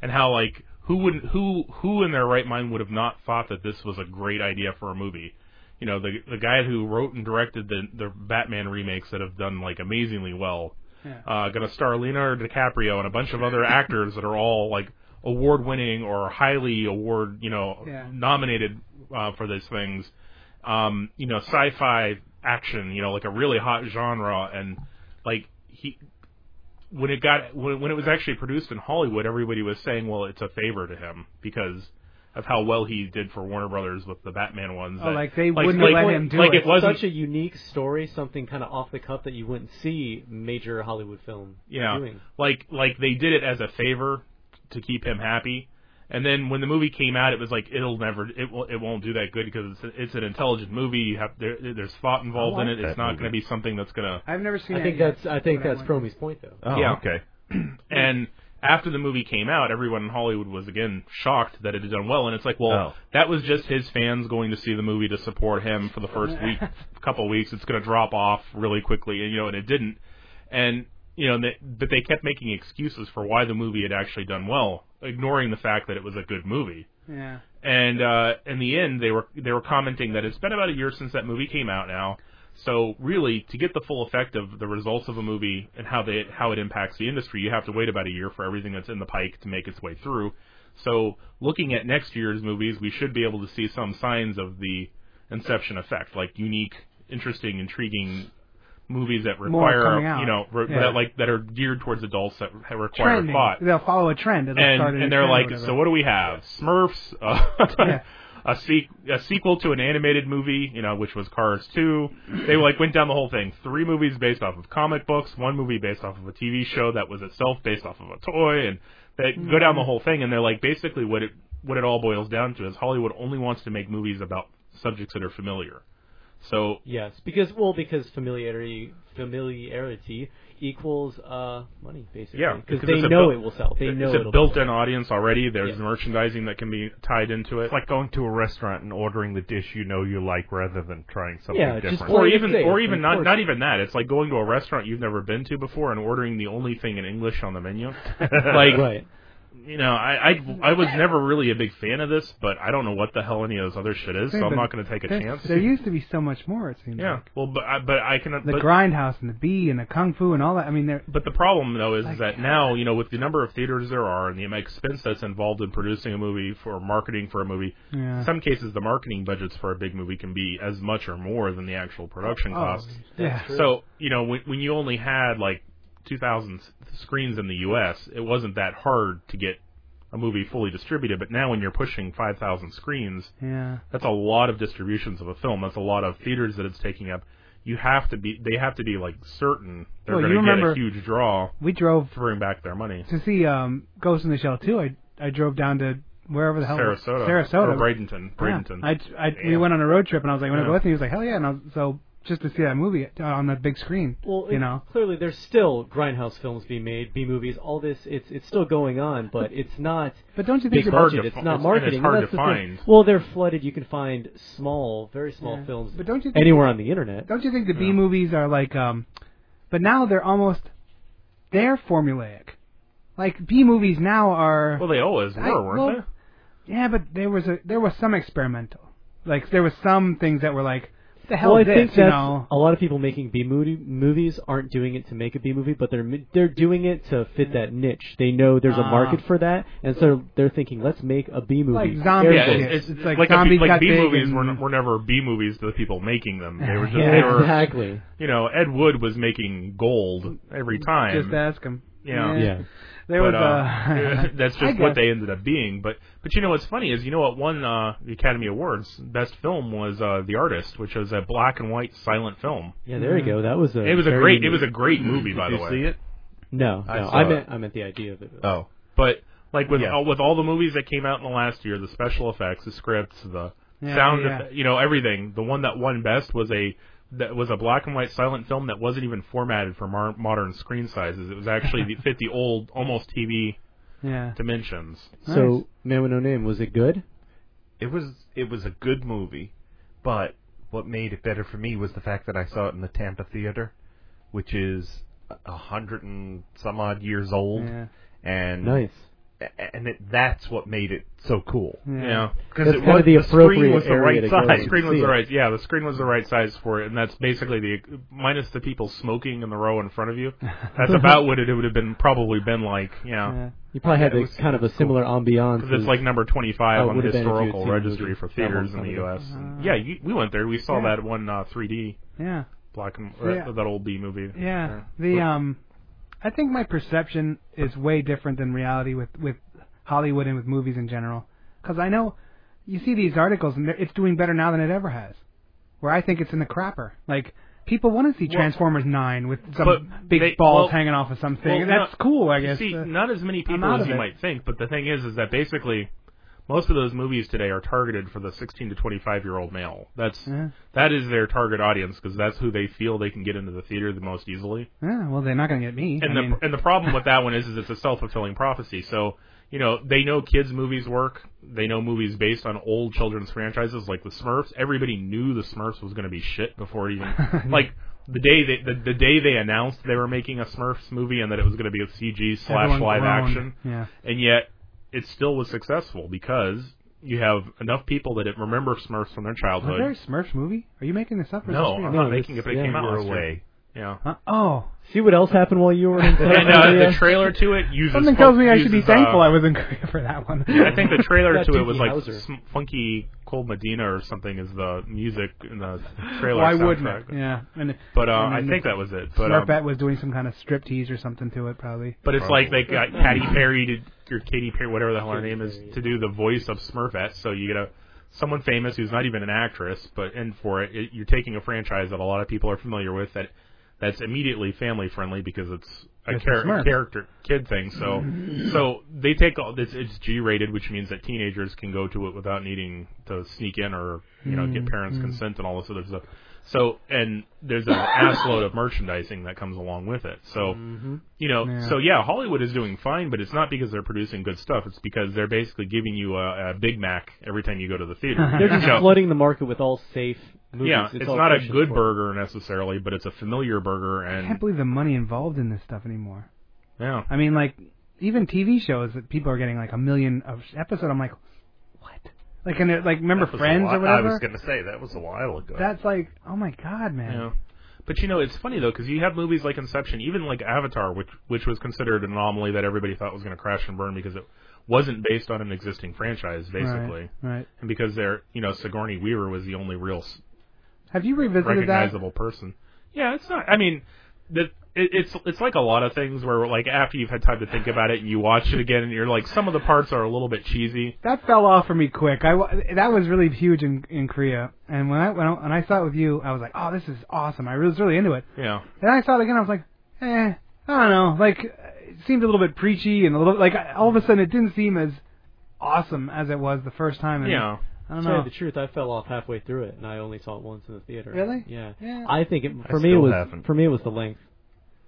Speaker 6: and how like who would not who who in their right mind would have not thought that this was a great idea for a movie you know the the guy who wrote and directed the the Batman remakes that have done like amazingly well
Speaker 9: Yeah.
Speaker 6: uh going to star Leonardo DiCaprio and a bunch of other actors that are all like award winning or highly award you know
Speaker 10: Yeah.
Speaker 6: nominated uh, for these things. Um, you know, sci-fi action, you know, like a really hot genre, and like he when it got when, when it was actually produced in Hollywood, everybody was saying, well, it's a favor to him because of how well he did for Warner Brothers with the Batman ones.
Speaker 9: Oh,
Speaker 6: that-
Speaker 9: like they wouldn't let him do
Speaker 6: like
Speaker 9: it.
Speaker 6: it wasn't
Speaker 11: such a unique story, something kind of off the cuff that you wouldn't see major Hollywood film
Speaker 6: Yeah,
Speaker 11: doing.
Speaker 6: like like they did it as a favor to keep him happy. And then when the movie came out, it was like it'll never it will it won't do that good because it's, it's an intelligent movie. You have there, there's thought involved
Speaker 11: I
Speaker 6: in
Speaker 11: like
Speaker 6: it. It's
Speaker 11: that
Speaker 6: not
Speaker 11: movie.
Speaker 6: going to be something that's going to.
Speaker 9: I've never seen.
Speaker 11: I
Speaker 9: that
Speaker 11: think
Speaker 9: yet.
Speaker 11: that's I think
Speaker 9: But I
Speaker 11: that's
Speaker 9: want-
Speaker 11: Promi's point though.
Speaker 6: yeah. and after the movie came out, everyone in Hollywood was again shocked that it had done well. And it's like, well,
Speaker 10: Oh.
Speaker 6: that was just his fans going to see the movie to support him for the first week, couple weeks. It's going to drop off really quickly, and you know, and it didn't. And you know, and they, but they kept making excuses for why the movie had actually done well, ignoring the fact that it was a good movie
Speaker 9: Yeah.
Speaker 6: and uh, in the end, they were they were commenting that it's been about a year since that movie came out now. So really, to get the full effect of the results of a movie and how they how it impacts the industry, you have to wait about a year for everything that's in the pike to make its way through. So looking at next year's movies, we should be able to see some signs of the Inception effect, like unique, interesting, intriguing movies that
Speaker 9: More
Speaker 6: require
Speaker 9: coming out.
Speaker 6: you know re-
Speaker 9: Yeah.
Speaker 6: that like that are geared towards adults that require
Speaker 9: Trending.
Speaker 6: thought.
Speaker 9: They'll follow a trend. It'll
Speaker 6: and,
Speaker 9: start a new
Speaker 6: and they're
Speaker 9: trend or
Speaker 6: like,
Speaker 9: whatever.
Speaker 6: so what do we have? Smurfs, uh, a, se- a sequel to an animated movie, you know, which was Cars 2. They like went down the whole thing. Three movies based off of comic books, one movie based off of a TV show that was itself based off of a toy, and they go down the whole thing. And they're like, basically, what it what it all boils down to is Hollywood only wants to make movies about subjects that are familiar. So
Speaker 11: Yes, because well, because familiarity familiarity equals uh money basically.
Speaker 6: Yeah,
Speaker 11: because
Speaker 6: it's
Speaker 11: they
Speaker 6: a
Speaker 11: know
Speaker 6: built-
Speaker 11: it will sell. They
Speaker 6: it's
Speaker 11: know
Speaker 6: a
Speaker 11: it'll
Speaker 6: built-in audience already. There's merchandising that can be tied into it.
Speaker 10: It's like going to a restaurant and ordering the dish you know you like rather than trying something
Speaker 6: Yeah,
Speaker 10: different.
Speaker 6: or even or even not
Speaker 10: Of
Speaker 6: not even that. It's like going to a restaurant you've never been to before and ordering the only thing in English on the menu. like
Speaker 10: Right.
Speaker 6: you know, I, I I was never really a big fan of this, but I don't know what the hell any of this other shit is, so
Speaker 9: They've
Speaker 6: I'm
Speaker 9: been-
Speaker 6: not going to take a
Speaker 9: there-
Speaker 6: chance.
Speaker 9: There used to be so much more. It seems.
Speaker 6: yeah.
Speaker 9: like.
Speaker 6: Well, but I, but I can
Speaker 9: The
Speaker 6: but,
Speaker 9: grindhouse and the bee and the kung fu and all that. I mean, they're
Speaker 6: But the problem though is that now you know with the number of theaters there are and the amount of expense that's involved in producing a movie for marketing for a movie,
Speaker 9: Yeah.
Speaker 6: in some cases the marketing budgets for a big movie can be as much or more than the actual production
Speaker 9: Oh,
Speaker 6: costs.
Speaker 9: that's Yeah. true.
Speaker 6: So you know when when you only had like 2,000 s- screens in the U.S., it wasn't that hard to get a movie fully distributed. But now when you're pushing 5,000 screens,
Speaker 9: yeah.
Speaker 6: that's a lot of distributions of a film. That's a lot of theaters that it's taking up. You have to be. They have to be like certain they're
Speaker 9: Well, you
Speaker 6: going to get a
Speaker 9: remember-
Speaker 6: huge draw.
Speaker 9: We drove
Speaker 6: to bring back their money.
Speaker 9: to see um, Ghost in the Shell too. I I drove down to wherever the hell
Speaker 6: Sarasota. Oh,
Speaker 9: Sarasota
Speaker 6: Or Bradenton. Bradenton.
Speaker 9: Yeah. I, I we
Speaker 6: Yeah.
Speaker 9: went on a road trip and I was like, "Want to
Speaker 6: Yeah.
Speaker 9: go with me?" He was like, "Hell yeah!" And I was, so just to see that movie uh, on the big screen,
Speaker 11: Well,
Speaker 9: you
Speaker 11: it-
Speaker 9: know,
Speaker 11: clearly there's still grindhouse films being made, B movies, all this. It's it's still going on, but it's not.
Speaker 9: But don't you
Speaker 11: big
Speaker 9: think it's hard
Speaker 11: budget?
Speaker 9: to
Speaker 11: It's
Speaker 9: fi-
Speaker 11: not
Speaker 9: it's-
Speaker 11: marketing.
Speaker 9: and it's hard
Speaker 11: That's
Speaker 9: to
Speaker 11: the
Speaker 9: find.
Speaker 11: thing. Well, they're flooded. You can find small, very small
Speaker 9: Yeah.
Speaker 11: films.
Speaker 9: But don't you think-
Speaker 11: anywhere on the internet?
Speaker 9: Don't you think the B movies are like um but now they're almost they're formulaic. Like B movies now are
Speaker 6: Well, they always
Speaker 9: I-
Speaker 6: were, weren't
Speaker 9: well, Yeah, but there was a there was some experimental. Like there was some things that were like what the hell
Speaker 11: well,
Speaker 9: is
Speaker 11: I
Speaker 9: this,
Speaker 11: think
Speaker 9: you
Speaker 11: that's-
Speaker 9: know?
Speaker 11: a lot of people making B movie movies aren't doing it to make a B movie, but they're mi- they're doing it to fit that niche. They know there's a
Speaker 9: Ah.
Speaker 11: market for that, and so they're thinking, let's make a B movie.
Speaker 9: Like zombie
Speaker 6: Yeah,
Speaker 9: shit.
Speaker 6: it's, it's,
Speaker 9: It's like
Speaker 6: like, a-
Speaker 9: zombies
Speaker 6: like
Speaker 9: got
Speaker 6: B
Speaker 9: big
Speaker 6: movies
Speaker 9: and-
Speaker 6: were, n- were never B movies to the people making them. They were just
Speaker 9: Yeah,
Speaker 6: they were,
Speaker 11: exactly.
Speaker 6: You know, Ed Wood was making gold every time.
Speaker 9: Just ask 'em.
Speaker 6: You know?
Speaker 9: Yeah. Yeah. There was,
Speaker 6: But, uh,
Speaker 9: uh,
Speaker 6: that's
Speaker 9: I
Speaker 6: just what
Speaker 9: guess.
Speaker 6: they ended up being. But but you know what's funny is you know what won uh, the Academy Awards best film was uh, The Artist, which was a black and white silent film.
Speaker 11: Yeah, there you go. That was a
Speaker 6: It was a
Speaker 11: very
Speaker 6: great. It
Speaker 11: unique-
Speaker 6: was a great
Speaker 10: Mm-hmm.
Speaker 6: movie, by
Speaker 11: Did
Speaker 6: the
Speaker 11: you
Speaker 6: way.
Speaker 11: see it? No,
Speaker 6: I
Speaker 11: no,
Speaker 6: saw
Speaker 11: I
Speaker 6: it.
Speaker 11: meant I meant the idea of it.
Speaker 6: Oh, but like with
Speaker 11: Yeah.
Speaker 6: all, with all the movies that came out in the last year, the special effects, the scripts, the
Speaker 11: Yeah,
Speaker 6: sound,
Speaker 11: yeah.
Speaker 6: eff- you know, everything. The one that won best was a that was a black and white silent film that wasn't even formatted for mar- modern screen sizes. It was actually the, fit the old almost TV
Speaker 9: Yeah.
Speaker 6: dimensions.
Speaker 11: So Man with No Name was it good?
Speaker 10: It was it was a good movie, but what made it better for me was the fact that I saw it in the Tampa theater, which is a hundred and some odd years old,
Speaker 11: Yeah.
Speaker 10: and
Speaker 11: Nice.
Speaker 10: a- And it, that's what made it so cool.
Speaker 6: Yeah. Yeah.
Speaker 10: because
Speaker 6: That's
Speaker 10: it
Speaker 6: kinda
Speaker 10: was
Speaker 6: the
Speaker 10: screen
Speaker 6: appropriate
Speaker 10: was the
Speaker 6: area
Speaker 10: right
Speaker 6: to
Speaker 10: size.
Speaker 6: go The screen was the right, yeah. The screen was the right size for it, and that's basically the minus the people smoking in the row in front of you. That's about what it, would have been probably been like. You know,
Speaker 11: You probably had
Speaker 6: Yeah, it
Speaker 11: the,
Speaker 6: was-
Speaker 11: kind of a similar ambiance.
Speaker 6: Because it's
Speaker 11: as-
Speaker 6: like number 25
Speaker 11: how Oh, it
Speaker 6: on the
Speaker 11: would've been if you had
Speaker 6: historical
Speaker 11: seen the
Speaker 6: registry
Speaker 11: movie
Speaker 6: for
Speaker 11: that
Speaker 6: theaters
Speaker 11: long
Speaker 6: in the
Speaker 11: time ago.
Speaker 6: U.S. And yeah, you, we went there. We saw
Speaker 9: Yeah.
Speaker 6: that one uh, 3D.
Speaker 9: Uh, Yeah.
Speaker 6: Black and or
Speaker 9: Yeah.
Speaker 6: that old B movie.
Speaker 9: Yeah. The um I think my perception is way different than reality with with Hollywood and with movies in general cuz I know you see these articles and they're- it's doing better now than it ever has. Where I think it's in the crapper. Like people want to see
Speaker 6: Well-
Speaker 9: Transformers 9 with some
Speaker 6: But
Speaker 9: big
Speaker 6: they-
Speaker 9: balls
Speaker 6: well-
Speaker 9: hanging off of something.
Speaker 6: well,
Speaker 9: and that's
Speaker 6: not-
Speaker 9: cool, I
Speaker 6: you
Speaker 9: guess.
Speaker 6: See,
Speaker 9: Uh,
Speaker 6: not as many people
Speaker 9: out
Speaker 6: as
Speaker 9: of
Speaker 6: you
Speaker 9: it.
Speaker 6: might think, but the thing is, is that basically most of those movies today are targeted for the 16 to 25 year old male. That's
Speaker 9: Yeah.
Speaker 6: that is their target audience because that's who they feel they can get into the theater the most easily.
Speaker 9: yeah, well they're not going to get me.
Speaker 6: And
Speaker 9: I
Speaker 6: the
Speaker 9: mean,
Speaker 6: and the problem with that one is, is it's a self fulfilling prophecy. So you know they know kids movies work. They know movies based on old children's franchises like the Smurfs. Everybody knew the Smurfs was going to be shit before it even like the day they the, the day they announced they were making a Smurfs movie and that it was going to be a CG slash
Speaker 9: everyone
Speaker 6: live
Speaker 9: groaned.
Speaker 6: action.
Speaker 9: Yeah.
Speaker 6: And yet it still was successful because you have enough people that remember Smurfs from their
Speaker 9: Was
Speaker 6: childhood.
Speaker 9: there a Smurfs movie? Are you making this up? or is
Speaker 6: No,
Speaker 9: this real?
Speaker 6: I'm not making it, but it
Speaker 9: yeah,
Speaker 6: came out
Speaker 9: we're
Speaker 6: last year.
Speaker 9: away.
Speaker 6: Yeah.
Speaker 9: Huh? Oh.
Speaker 11: See what else happened while you were in
Speaker 6: And uh, the trailer to it uses
Speaker 9: Something tells me I should be
Speaker 6: uses, uh,
Speaker 9: thankful I was in Korea for that one.
Speaker 6: I think the trailer
Speaker 9: That
Speaker 6: to it was
Speaker 9: Dookie
Speaker 6: like
Speaker 9: Howser.
Speaker 6: sm- funky Cole Medina or something is the music in the trailer.
Speaker 9: Why
Speaker 6: soundtrack.
Speaker 9: wouldn't it? Yeah. And,
Speaker 6: But, uh,
Speaker 9: and
Speaker 6: I
Speaker 9: then
Speaker 6: think that was it, but, um,
Speaker 9: Smurfette was doing some kind of striptease or something to it, probably.
Speaker 6: But it's like they got Patty Perry to, or Katy Perry, whatever the hell her name is, to do the voice of Smurfette. So you get a someone famous who's not even an actress, but in for it, it you're taking a franchise that a lot of people are familiar with that that's immediately family friendly because it's a
Speaker 10: It's the
Speaker 6: char-
Speaker 10: Smurfs.
Speaker 6: character kid thing. So so they take all this. It's G rated, which means that teenagers can go to it without needing to sneak in or you know get
Speaker 10: Mm,
Speaker 6: parents'
Speaker 10: mm.
Speaker 6: consent and all this other stuff. So and there's an assload of merchandising that comes along with it. So you know,
Speaker 10: Yeah.
Speaker 6: so yeah, Hollywood is doing fine, but it's not because they're producing good stuff. It's because they're basically giving you a, a Big Mac every time you go to the theater.
Speaker 11: They're just
Speaker 6: You know,
Speaker 11: flooding the market with all safe movies.
Speaker 6: yeah, it's,
Speaker 11: all
Speaker 6: not a
Speaker 11: Christian
Speaker 6: good
Speaker 11: porn.
Speaker 6: burger necessarily, but it's a familiar burger,
Speaker 9: I can't
Speaker 6: and
Speaker 9: believe the money involved in this stuff anymore.
Speaker 6: yeah,
Speaker 9: I mean, like even TV shows that people are getting like a million of episode. I'm like, what? Like, and it- like remember
Speaker 10: That was a
Speaker 9: Friends
Speaker 10: while-
Speaker 9: or whatever?
Speaker 10: I was going to say that was a while ago.
Speaker 9: That's like, oh my god, man.
Speaker 6: yeah. But you know, it's funny though, because you have movies like Inception, even like Avatar, which which was considered an anomaly that everybody thought was going to crash and burn because it wasn't based on an existing franchise, basically,
Speaker 9: right.
Speaker 6: and because they're you know Sigourney Weaver was the only real s-
Speaker 9: Have you revisited that?
Speaker 6: recognizable person. Yeah, it's not. I mean, the, it, it's it's like a lot of things where like after you've had time to think about it and you watch it again and you're like, some of the parts are a little bit cheesy.
Speaker 9: That fell off for me quick. I wa- that was really huge in in Korea, and when I when I, when I saw it with you, I was like, oh, this is awesome. I was really into it.
Speaker 6: Yeah,
Speaker 9: Then I saw it again. I was like, eh, I don't know. Like, it seemed a little bit preachy and a little like all of a sudden it didn't seem as awesome as it was the first time. And
Speaker 11: Yeah.
Speaker 9: I don't
Speaker 11: To tell
Speaker 9: know.
Speaker 11: you the truth, I fell off halfway through it, and I only saw it once in the theater.
Speaker 9: Really?
Speaker 11: Yeah.
Speaker 9: Yeah.
Speaker 11: I think it,
Speaker 9: I
Speaker 11: for me it
Speaker 9: still
Speaker 11: was
Speaker 9: haven't.
Speaker 11: for me it was the length.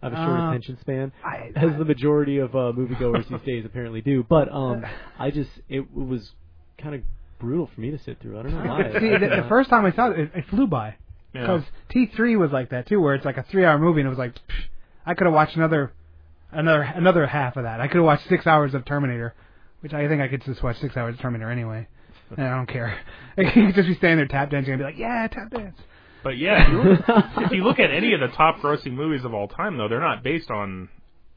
Speaker 11: I have a short
Speaker 9: Uh,
Speaker 11: attention span,
Speaker 9: I-
Speaker 11: as the majority of uh, moviegoers these days apparently do. But um, I just it, it was kind of brutal for me to sit through. I don't know why. Uh,
Speaker 9: See, the, the first time I saw it, it, it flew by.
Speaker 11: Yeah.
Speaker 9: Because T3 was like that too, where it's like a three-hour movie, and it was like, psh, I could have watched another, another, another half of that. I could have watched six hours of Terminator, which I think I could just watch six hours of Terminator anyway. And I don't care. I could just be standing there tap dancing and be like, yeah, tap dance.
Speaker 6: But yeah, if you, look, if you look at any of the top grossing movies of all time, though, they're not based on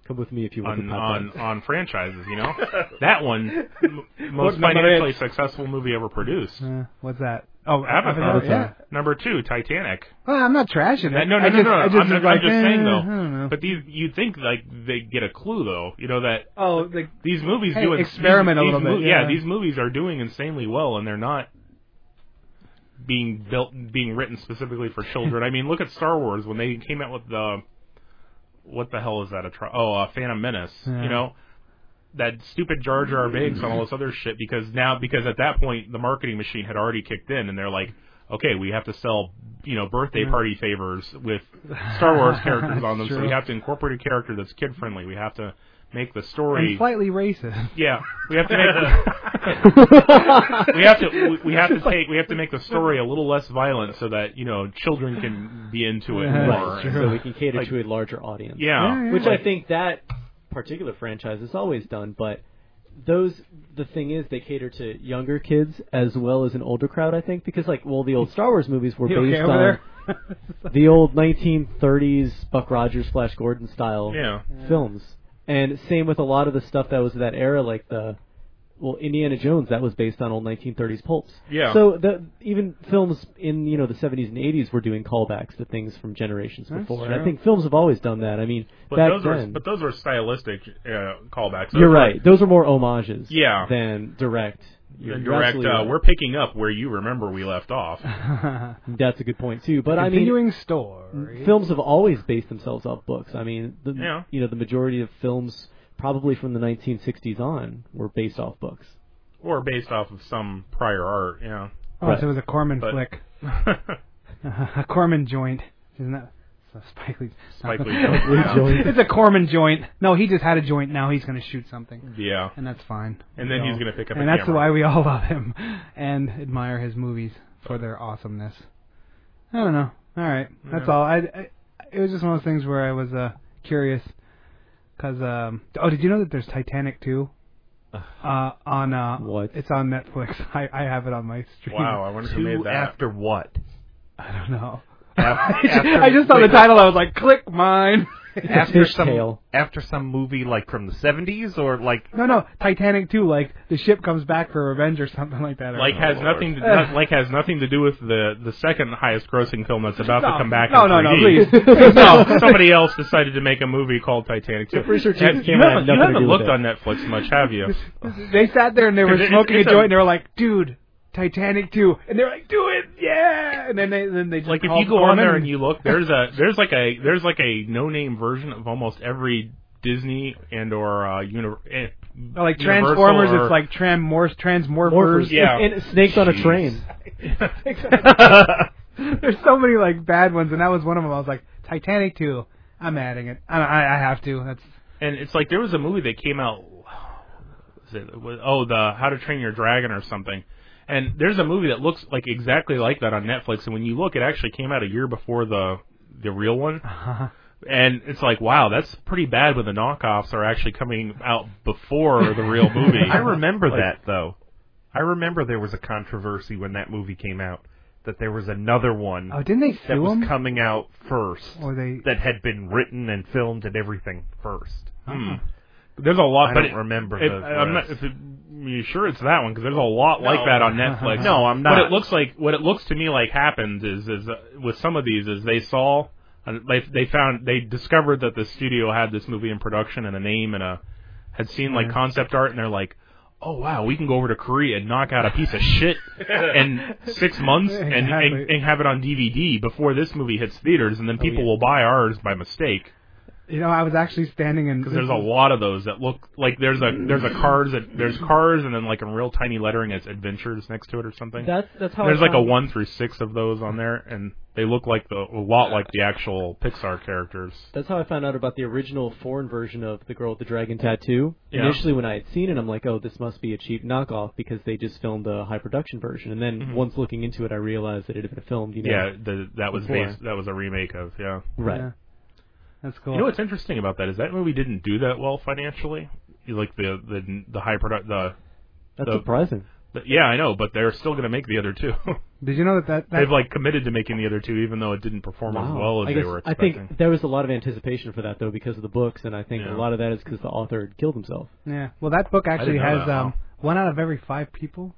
Speaker 11: Come with me if you want
Speaker 6: on
Speaker 11: to
Speaker 6: on, on franchises. You know, that one m- most
Speaker 9: Look, number
Speaker 6: financially
Speaker 9: eight.
Speaker 6: successful movie ever produced.
Speaker 9: Uh, what's that? Oh,
Speaker 6: Avatar.
Speaker 9: Yeah.
Speaker 6: Number two, Titanic.
Speaker 9: Well, I'm not trashing it.
Speaker 6: That- no, no,
Speaker 9: I
Speaker 6: no,
Speaker 9: just,
Speaker 6: no, no.
Speaker 9: I
Speaker 6: I'm,
Speaker 9: just
Speaker 6: just,
Speaker 9: was
Speaker 6: I'm
Speaker 9: like,
Speaker 6: just
Speaker 9: eh,
Speaker 6: saying
Speaker 9: I don't know.
Speaker 6: though. But these, you'd think like they get a clue though. You know that.
Speaker 9: Oh, like
Speaker 6: these movies
Speaker 9: hey,
Speaker 6: do ins-
Speaker 9: experiment a
Speaker 6: these
Speaker 9: little bit,
Speaker 6: mo- yeah.
Speaker 9: yeah.
Speaker 6: these movies are doing insanely well, and they're not being built, being written specifically for children. I mean, look at Star Wars when they came out with the what the hell is that? A tri- oh, uh, Phantom Menace.
Speaker 10: Yeah.
Speaker 6: You know that stupid Jar
Speaker 9: Mm-hmm.
Speaker 6: Jar Binks and all this other shit because now because at that point the marketing machine had already kicked in, and they're like. Okay, we have to sell, you know, birthday
Speaker 9: Mm.
Speaker 10: Yeah.
Speaker 6: party favors with Star Wars characters on them. So we
Speaker 10: True.
Speaker 6: have to incorporate a character that's kid friendly. We have to make the story
Speaker 9: And slightly racist.
Speaker 6: yeah, we have to make the, we have to we- we have to take we have to make the story a little less violent so that you know children can be into it more.
Speaker 11: Right, so we can cater to a larger audience.
Speaker 6: Yeah. Yeah, yeah,
Speaker 11: which
Speaker 6: yeah.
Speaker 11: I think that particular franchise has always done, but those the thing is they cater to younger kids as well as an older crowd. I think because like well the old Star Wars movies were
Speaker 9: You okay
Speaker 11: based
Speaker 9: over
Speaker 11: on
Speaker 9: there?
Speaker 11: the old 1930s Buck Rogers, Flash Gordon style
Speaker 9: Yeah.
Speaker 11: films, and same with a lot of the stuff that was of that era, like the. Well, Indiana Jones that was based on old 1930s pulps.
Speaker 6: Yeah.
Speaker 11: So the even films in you know the 70s and 80s were doing callbacks to things from generations
Speaker 6: That's
Speaker 11: before, and I
Speaker 6: true.
Speaker 11: think films have always done that. I mean,
Speaker 6: But
Speaker 11: back
Speaker 6: those
Speaker 11: then,
Speaker 6: are but those are stylistic uh, callbacks. Those
Speaker 11: you're
Speaker 6: are-
Speaker 11: right. Those are more homages.
Speaker 6: Yeah.
Speaker 11: Than direct. You're
Speaker 6: and direct.
Speaker 11: absolutely
Speaker 6: Uh,
Speaker 11: right.
Speaker 6: we're picking up where you remember we left off.
Speaker 11: That's a good point too. But I mean,
Speaker 9: Continuing story.
Speaker 11: Films have always based themselves off books. I mean, the,
Speaker 9: Yeah.
Speaker 11: you know, the majority of films, probably from the 1960s on, were based off books.
Speaker 6: or based off of some prior art. Yeah.
Speaker 9: Oh, so it was a Corman
Speaker 6: But-
Speaker 9: flick. a Corman joint, isn't that? So Spike Lee.
Speaker 6: Spike Lee joint, yeah. joint.
Speaker 9: it's a Corman joint. No, he just had a joint. Now he's going to shoot something.
Speaker 6: Yeah.
Speaker 9: And that's fine.
Speaker 6: And then
Speaker 9: So-
Speaker 6: he's gonna pick up a
Speaker 9: And that's
Speaker 6: camera.
Speaker 9: why we all love him and admire his movies for their awesomeness. I don't know. All right, that's
Speaker 10: Yeah.
Speaker 9: all. I, I it was just one of those things where I was uh curious because um oh did you know that there's Titanic too. Uh, on uh,
Speaker 11: what?
Speaker 9: It's on Netflix. I, I have it on my stream.
Speaker 10: Wow, I wonder who Two made that. after
Speaker 9: what? I don't know.
Speaker 10: Af-
Speaker 9: I just-
Speaker 10: after-
Speaker 9: I just saw the
Speaker 10: wait.
Speaker 9: title. I was like, click mine. It's a
Speaker 10: after
Speaker 9: fish
Speaker 10: some
Speaker 9: tale.
Speaker 10: after some movie like from the seventies or like
Speaker 9: No, no, Titanic too. Like the ship comes back for revenge or something like that. or-
Speaker 6: Like has nothing to
Speaker 9: Ugh.
Speaker 6: not- like has nothing to do with the the second highest grossing film that's about
Speaker 9: No.
Speaker 6: to come back.
Speaker 9: No,
Speaker 6: in
Speaker 9: no, no,
Speaker 6: 3D.
Speaker 9: please. Please,
Speaker 6: no,
Speaker 9: no.
Speaker 6: somebody else decided to make a movie called Titanic. Two.
Speaker 9: I'm pretty sure
Speaker 6: And
Speaker 9: James
Speaker 6: you
Speaker 9: Cameron had
Speaker 6: haven't, you
Speaker 9: nothing to
Speaker 6: haven't
Speaker 9: do with
Speaker 6: looked
Speaker 9: it.
Speaker 6: on Netflix much, have you?
Speaker 9: They sat there and they were
Speaker 6: It's-
Speaker 9: smoking a
Speaker 6: it's a-
Speaker 9: joint and they were like, "Dude, Titanic too," and they're like, "Do it, yeah!" And then they then they just
Speaker 6: Like if
Speaker 9: called
Speaker 6: you go on
Speaker 9: Corman
Speaker 6: there and you look, there's a there's like a there's like a no name version of almost every Disney and or uh, uni- eh,
Speaker 9: Oh, like
Speaker 6: Universal
Speaker 9: Transformers,
Speaker 6: or-
Speaker 9: it's like Transmorphs, Transmorphers,
Speaker 6: Morphers, yeah.
Speaker 11: And snakes on a train.
Speaker 6: eh.
Speaker 9: There's so many like bad ones, and that was one of them. I was like, Titanic 2. I'm adding it. I, I, I have to. That's
Speaker 6: And it's like there was a movie that came out. Was it, was, oh, the How to Train Your Dragon or something. And there's a movie that looks like exactly like that on Netflix. And when you look, it actually came out a year before the the real one. And it's like, wow, that's pretty bad when the knockoffs are actually coming out before the real movie.
Speaker 10: I remember
Speaker 6: Like,
Speaker 10: that though. I remember there was a controversy when that movie came out that there was another one
Speaker 9: Oh, didn't they
Speaker 10: that
Speaker 9: sue
Speaker 10: was
Speaker 9: 'em? Oh,
Speaker 10: coming out first
Speaker 9: or they.
Speaker 10: that had been written and filmed and everything first.
Speaker 6: Hmm. There's a lot.
Speaker 10: I
Speaker 6: but
Speaker 10: don't
Speaker 6: it-
Speaker 10: remember
Speaker 6: If,
Speaker 10: the
Speaker 6: I'm not,
Speaker 10: rest.
Speaker 6: if it, you sure it's that one? Because there's a lot like
Speaker 10: No.
Speaker 6: that on Netflix.
Speaker 10: No, I'm not.
Speaker 6: What it looks like, what it looks to me like happened is, is uh, with some of these, is they saw, and they they found, they discovered that the studio had this movie in production and a name and a had seen like
Speaker 10: Mhm.
Speaker 6: concept art, and they're like. Oh wow, we can go over to Korea and knock out a piece of shit in six months and, and
Speaker 9: Exactly.
Speaker 6: and have it on DVD before this movie hits theaters,
Speaker 11: Oh,
Speaker 6: and then people will buy ours by mistake.
Speaker 9: You know, I was actually standing in.
Speaker 6: Because there's a
Speaker 11: Mm-hmm.
Speaker 6: lot of those that look like there's a there's a cars that there's cars and then like in real tiny lettering it's adventures next to it or something.
Speaker 11: That's that's how. I
Speaker 6: there's like a
Speaker 11: found-
Speaker 6: one through six of those on there and they look like the a lot like the actual Pixar characters.
Speaker 11: That's how I found out about the original foreign version of The Girl with the Dragon Tattoo.
Speaker 6: Yeah.
Speaker 11: Initially, when I had seen it, I'm like, oh, this must be a cheap knockoff because they just filmed a high production version. And then
Speaker 6: Mhm.
Speaker 11: once looking into it, I realized that it had been filmed, you know.
Speaker 6: Yeah, the, that was
Speaker 11: before.
Speaker 6: based, that was a remake of yeah.
Speaker 11: Right.
Speaker 9: Yeah. That's cool.
Speaker 6: You know what's interesting about that is that movie didn't do that well financially. You Like the the the high product the,
Speaker 11: That's
Speaker 6: the-
Speaker 11: surprising.
Speaker 6: the- yeah I know but they're still gonna make the other two.
Speaker 9: Did you know that that, that
Speaker 6: They've like committed to making the other two even though it didn't perform as
Speaker 11: Wow.
Speaker 6: well as
Speaker 11: I,
Speaker 6: they
Speaker 11: guess-
Speaker 6: were
Speaker 11: I
Speaker 6: expecting.
Speaker 11: think there was a lot of anticipation for that though because of the books, and I think
Speaker 6: Yeah.
Speaker 11: a lot of that is because the author had killed himself.
Speaker 9: Yeah. Well, that book actually
Speaker 6: know
Speaker 9: has
Speaker 6: that,
Speaker 9: um
Speaker 6: wow.
Speaker 9: one out of every five people.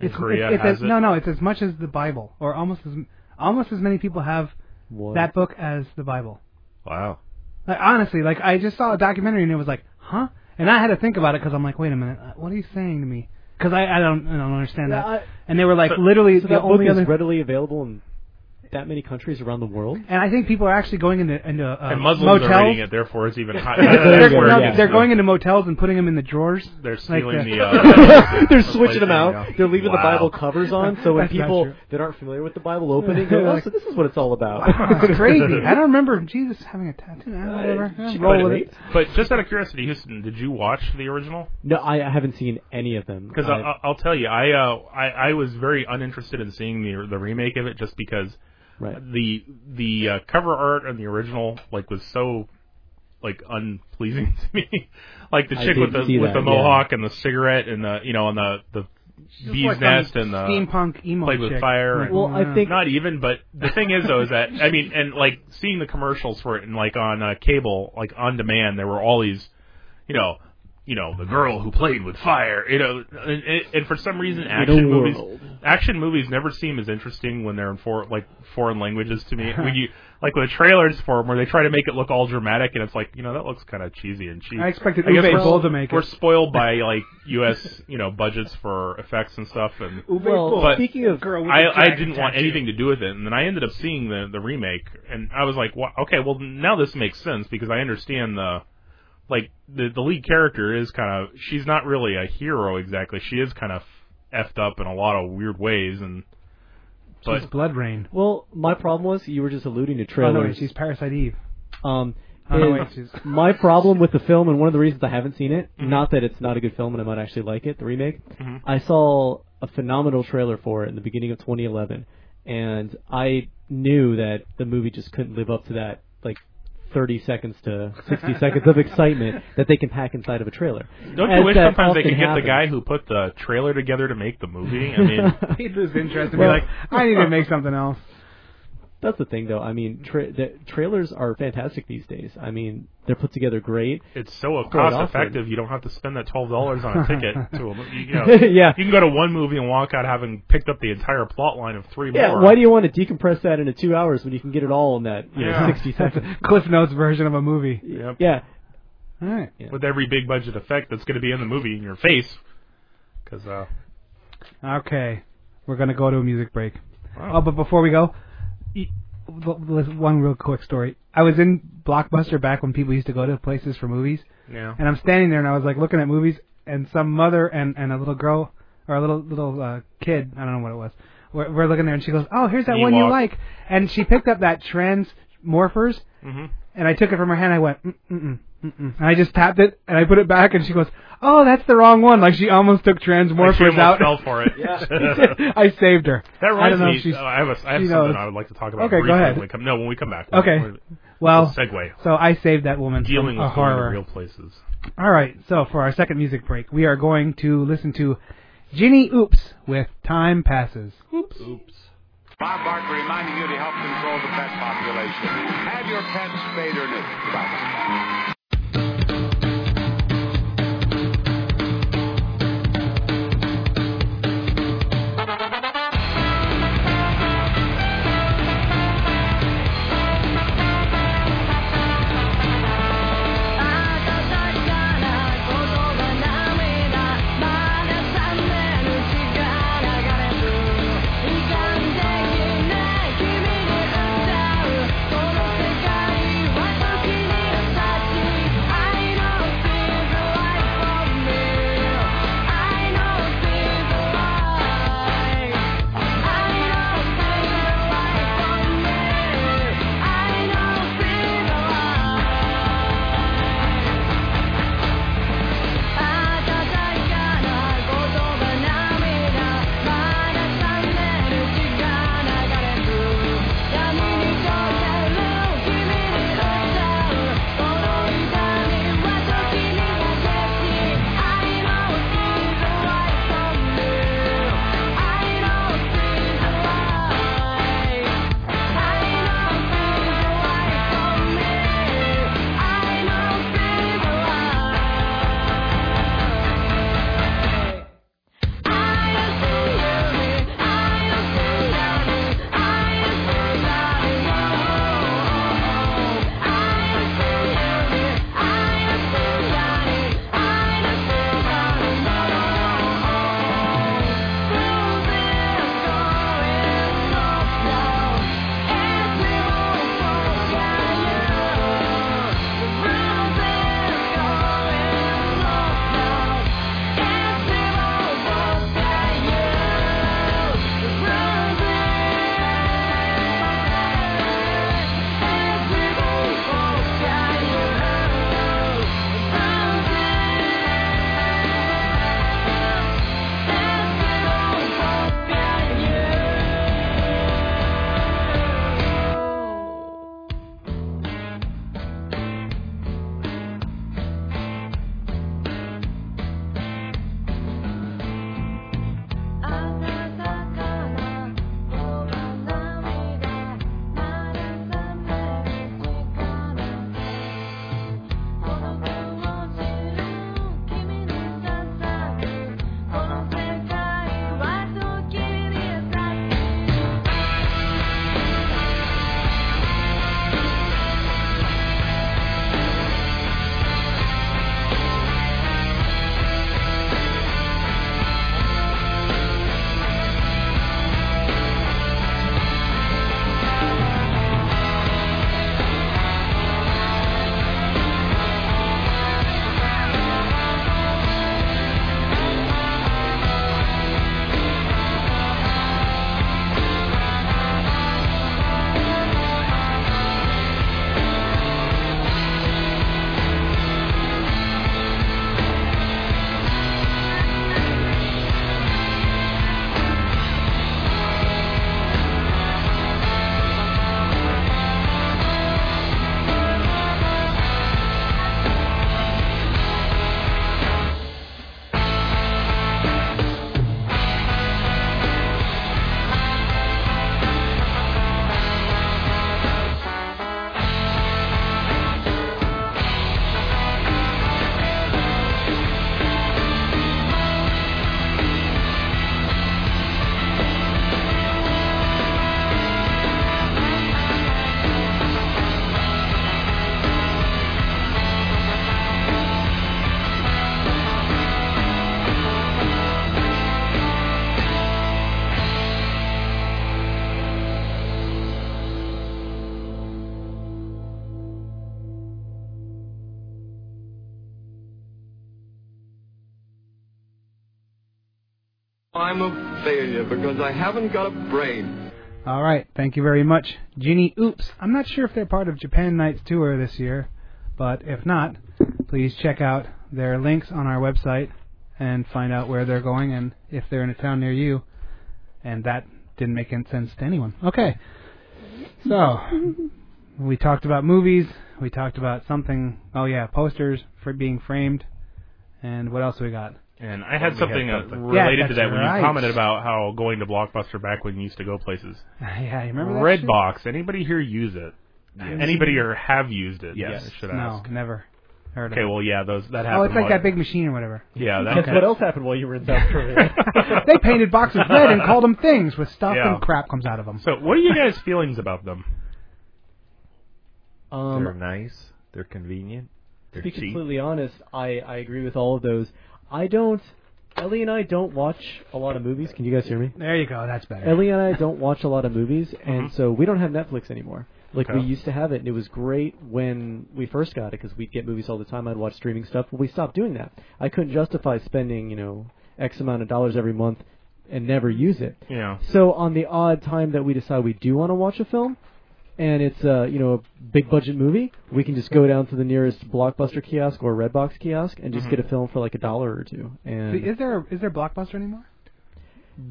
Speaker 6: In
Speaker 9: it's,
Speaker 6: Korea
Speaker 9: it's, it's
Speaker 6: has
Speaker 9: as,
Speaker 6: it?
Speaker 9: No, no, it's as much as the Bible, or almost as almost as many people have
Speaker 11: What?
Speaker 9: that book as the Bible.
Speaker 10: Wow.
Speaker 9: Like honestly, like I just saw a documentary and it was like, huh? And I had to think about it because I'm like, wait a minute, uh, what are you saying to me? Because I, I don't I don't understand
Speaker 11: Yeah,
Speaker 9: that.
Speaker 11: I-
Speaker 9: and they were like, literally
Speaker 11: so
Speaker 9: the
Speaker 11: that book
Speaker 9: only
Speaker 11: is
Speaker 9: other.
Speaker 11: readily available in that many countries around the world.
Speaker 9: and I think people are actually going into into uh,
Speaker 6: And Muslims
Speaker 9: motels.
Speaker 6: are reading it, therefore it's even higher.
Speaker 9: they're,
Speaker 6: That's where it
Speaker 9: no,
Speaker 6: gets
Speaker 9: they're
Speaker 6: the-
Speaker 9: going into motels and putting them in the drawers.
Speaker 6: They're
Speaker 9: like
Speaker 6: stealing
Speaker 9: the-
Speaker 6: the. Uh,
Speaker 11: They're switching them out.
Speaker 6: Yeah.
Speaker 11: They're leaving the
Speaker 6: Wow.
Speaker 11: Bible covers on, so when
Speaker 9: That's not
Speaker 11: people
Speaker 9: true.
Speaker 11: that aren't familiar with the Bible open it, go,
Speaker 9: They're
Speaker 11: oh,
Speaker 9: like-
Speaker 11: so this is what it's all about.
Speaker 9: It's crazy. I don't remember Jesus having a tattoo. I don't remember. Yeah, roll with it.
Speaker 6: But just out of curiosity, Houston, did you watch the original?
Speaker 11: No, I I haven't seen any of them.
Speaker 6: Because uh,
Speaker 11: I-
Speaker 6: I'll, I'll tell you, I, uh, I I was very uninterested in seeing the the remake of it just because
Speaker 11: right.
Speaker 6: the the uh, cover art on the original like was so like unpleasing to me. like the
Speaker 11: I
Speaker 6: chick with
Speaker 11: did
Speaker 6: the
Speaker 11: see
Speaker 6: with the
Speaker 11: that, yeah.
Speaker 6: mohawk and the cigarette and the you know and the the
Speaker 9: Just
Speaker 6: bee's
Speaker 9: like some
Speaker 6: nest and the
Speaker 9: steampunk emo
Speaker 6: played with
Speaker 9: chick.
Speaker 6: fire and-
Speaker 11: Well, I think
Speaker 6: Not even, but the thing is though is that I mean, and like seeing the commercials for it and like on uh, cable, like on demand, there were all these, you know, you know, the girl who played with fire, you know, and, and- and for some reason, action movies,
Speaker 11: world.
Speaker 6: action movies never seem as interesting when they're in for like foreign languages to me. when you like with trailers for 'em where they try to make it look all dramatic, and it's like, you know, that looks kind of cheesy and cheap.
Speaker 9: I expected
Speaker 6: I guess
Speaker 9: Uwe
Speaker 6: we're-
Speaker 9: Boll to make
Speaker 6: We're
Speaker 9: it.
Speaker 6: spoiled by like U.S. you know budgets for effects and stuff, and
Speaker 11: well,
Speaker 6: But
Speaker 11: speaking of
Speaker 9: Girl with the
Speaker 6: I, I
Speaker 9: dragon
Speaker 6: didn't want
Speaker 9: tattoo.
Speaker 6: anything to do with it, and then I ended up seeing the the remake, and I was like, wow, okay, well now this makes sense because I understand the like the the lead character is kind of she's not really a hero exactly. She is kind of effed up in a lot of weird ways, and but
Speaker 9: She's Blood Rain.
Speaker 11: well, my problem was you were just alluding to
Speaker 9: Oh, no,
Speaker 11: trailers.
Speaker 9: she's Parasite Eve.
Speaker 11: um,
Speaker 9: Oh, no,
Speaker 11: is
Speaker 9: wait, she's- Mm-hmm.
Speaker 11: my problem with the film, and one of the reasons I haven't seen it, not that it's not a good film and I might actually like it, the remake, I saw a phenomenal trailer for it in the beginning of 2011, and I knew that the movie just couldn't live up to that, like, 30 seconds to 60 seconds of excitement that they can pack inside of a trailer.
Speaker 6: don't
Speaker 11: As
Speaker 6: you wish
Speaker 11: that
Speaker 6: sometimes they
Speaker 11: often
Speaker 6: could get
Speaker 11: happens.
Speaker 6: the guy who put the trailer together to make the movie? I mean,
Speaker 9: He loses interest and
Speaker 11: Well-
Speaker 9: be like, I need to make something else.
Speaker 11: That's the thing, though. I mean, tra- the trailers are fantastic these days. I mean, they're put together great.
Speaker 6: It's so
Speaker 11: Quite
Speaker 6: cost
Speaker 11: often.
Speaker 6: effective. You don't have to spend that twelve dollars on a ticket to a movie. You know,
Speaker 11: Yeah.
Speaker 6: you can go to one movie and walk out having picked up the entire plot line of three
Speaker 11: Yeah,
Speaker 6: more.
Speaker 11: why do you want to decompress that into two hours when you can get it all in that you know,
Speaker 6: Yeah.
Speaker 11: 60 seconds?
Speaker 9: Cliff Notes version of a movie.
Speaker 6: Yep.
Speaker 11: Yeah.
Speaker 9: All right.
Speaker 6: With every big budget effect that's going to be in the movie in your face, because uh,
Speaker 9: Okay, we're gonna go to a music break. Oh, but before we go, e- l- l- one real quick story. I was in Blockbuster back when people used to go to places for movies,
Speaker 6: Yeah.
Speaker 9: and I'm standing there and I was like looking at movies, and some mother and and a little girl or a little little uh, kid, I don't know what it was. We're, we're looking there and she goes, "Oh, here's that one you
Speaker 12: Ewok.
Speaker 9: like," and she picked up that Transmorphers,
Speaker 6: Mm-hmm.
Speaker 12: Mhm.
Speaker 9: and I took it from her hand. I went, mm mm mm, mm, and I just tapped it and I put it back, and she goes, "Oh, that's the wrong one." Like she almost took Transmorphers
Speaker 6: Like, she almost
Speaker 9: out.
Speaker 6: fell for it. Yeah.
Speaker 9: I saved her.
Speaker 6: that
Speaker 9: I don't
Speaker 6: reminds
Speaker 9: know
Speaker 6: me.
Speaker 9: if she's,
Speaker 6: uh, I have, a, I have
Speaker 9: she
Speaker 6: something
Speaker 9: knows.
Speaker 6: I would like to talk about.
Speaker 9: Okay,
Speaker 6: briefly
Speaker 9: go ahead.
Speaker 6: When we come, no, when we come back.
Speaker 9: Okay.
Speaker 6: We're-
Speaker 9: Well,
Speaker 6: it's a segue.
Speaker 9: So I saved that woman
Speaker 6: Dealing
Speaker 9: from
Speaker 6: with
Speaker 9: a
Speaker 6: going to
Speaker 9: horror.
Speaker 6: real places.
Speaker 9: All right. So for our second music break, we are going to listen to Ginny Oops with "Time Passes."
Speaker 6: Oops. Oops.
Speaker 13: Bob Barker reminding you to help control the pet population. Have your pets spayed or neutered. Bye.
Speaker 3: 「
Speaker 12: I'm a failure because I haven't got a brain.
Speaker 9: All right, thank you very much, Ginny. Oops, I'm not sure if they're part of Japan Nights Tour this year, but if not, please check out their links on our website and find out where they're going and if they're in a town near you. And that didn't make any sense to anyone. Okay, so we talked about movies. We talked about something. Oh yeah, posters for being framed. And what else we got?
Speaker 6: And I had
Speaker 9: We
Speaker 6: something,
Speaker 9: had
Speaker 6: uh,
Speaker 9: something.
Speaker 6: related
Speaker 9: Yeah,
Speaker 6: to
Speaker 9: that's
Speaker 6: that when
Speaker 9: right.
Speaker 6: you commented about how going to Blockbuster back when you used to go places.
Speaker 9: Yeah, you remember that shit?
Speaker 6: Redbox. Anybody here use it?
Speaker 9: Yes.
Speaker 6: Anybody or have used it?
Speaker 9: Yes.
Speaker 6: I should
Speaker 9: No,
Speaker 6: ask.
Speaker 9: never heard of
Speaker 6: Okay,
Speaker 9: it.
Speaker 6: well, yeah, those that happened.
Speaker 9: Oh, it's like
Speaker 6: a lot.
Speaker 9: that big machine or whatever.
Speaker 6: Yeah, that-
Speaker 11: That's
Speaker 6: Okay.
Speaker 11: what else happened while you were in South Korea.
Speaker 9: they painted boxes red and called them things with stuff
Speaker 6: Yeah.
Speaker 9: and crap comes out of them.
Speaker 6: So, what are you guys' feelings about them?
Speaker 10: they're nice. They're convenient.
Speaker 11: Um, to
Speaker 10: They're
Speaker 11: be
Speaker 10: cheap.
Speaker 11: completely honest, I, I agree with all of those. I don't. Ellie and I don't watch a lot of movies. Can you guys hear me?
Speaker 9: There you go. That's better.
Speaker 11: Ellie and I don't watch a lot of movies, and
Speaker 6: Mm-hmm.
Speaker 11: so we don't have Netflix anymore. Like we
Speaker 9: Okay.
Speaker 11: used to have it, and it was great when we first got it because we'd get movies all the time. I'd watch streaming stuff, but we stopped doing that. I couldn't justify spending, you know, X amount of dollars every month and never use it.
Speaker 6: Yeah.
Speaker 11: So on the odd time that we decide we do want to watch a film, and it's uh, you know a big budget movie, we can just go down to the nearest blockbuster kiosk or Redbox kiosk and
Speaker 6: Mm-hmm.
Speaker 11: just
Speaker 9: Mhm.
Speaker 11: get a film for like a dollar or two. And
Speaker 9: Is there a, is there Blockbuster anymore?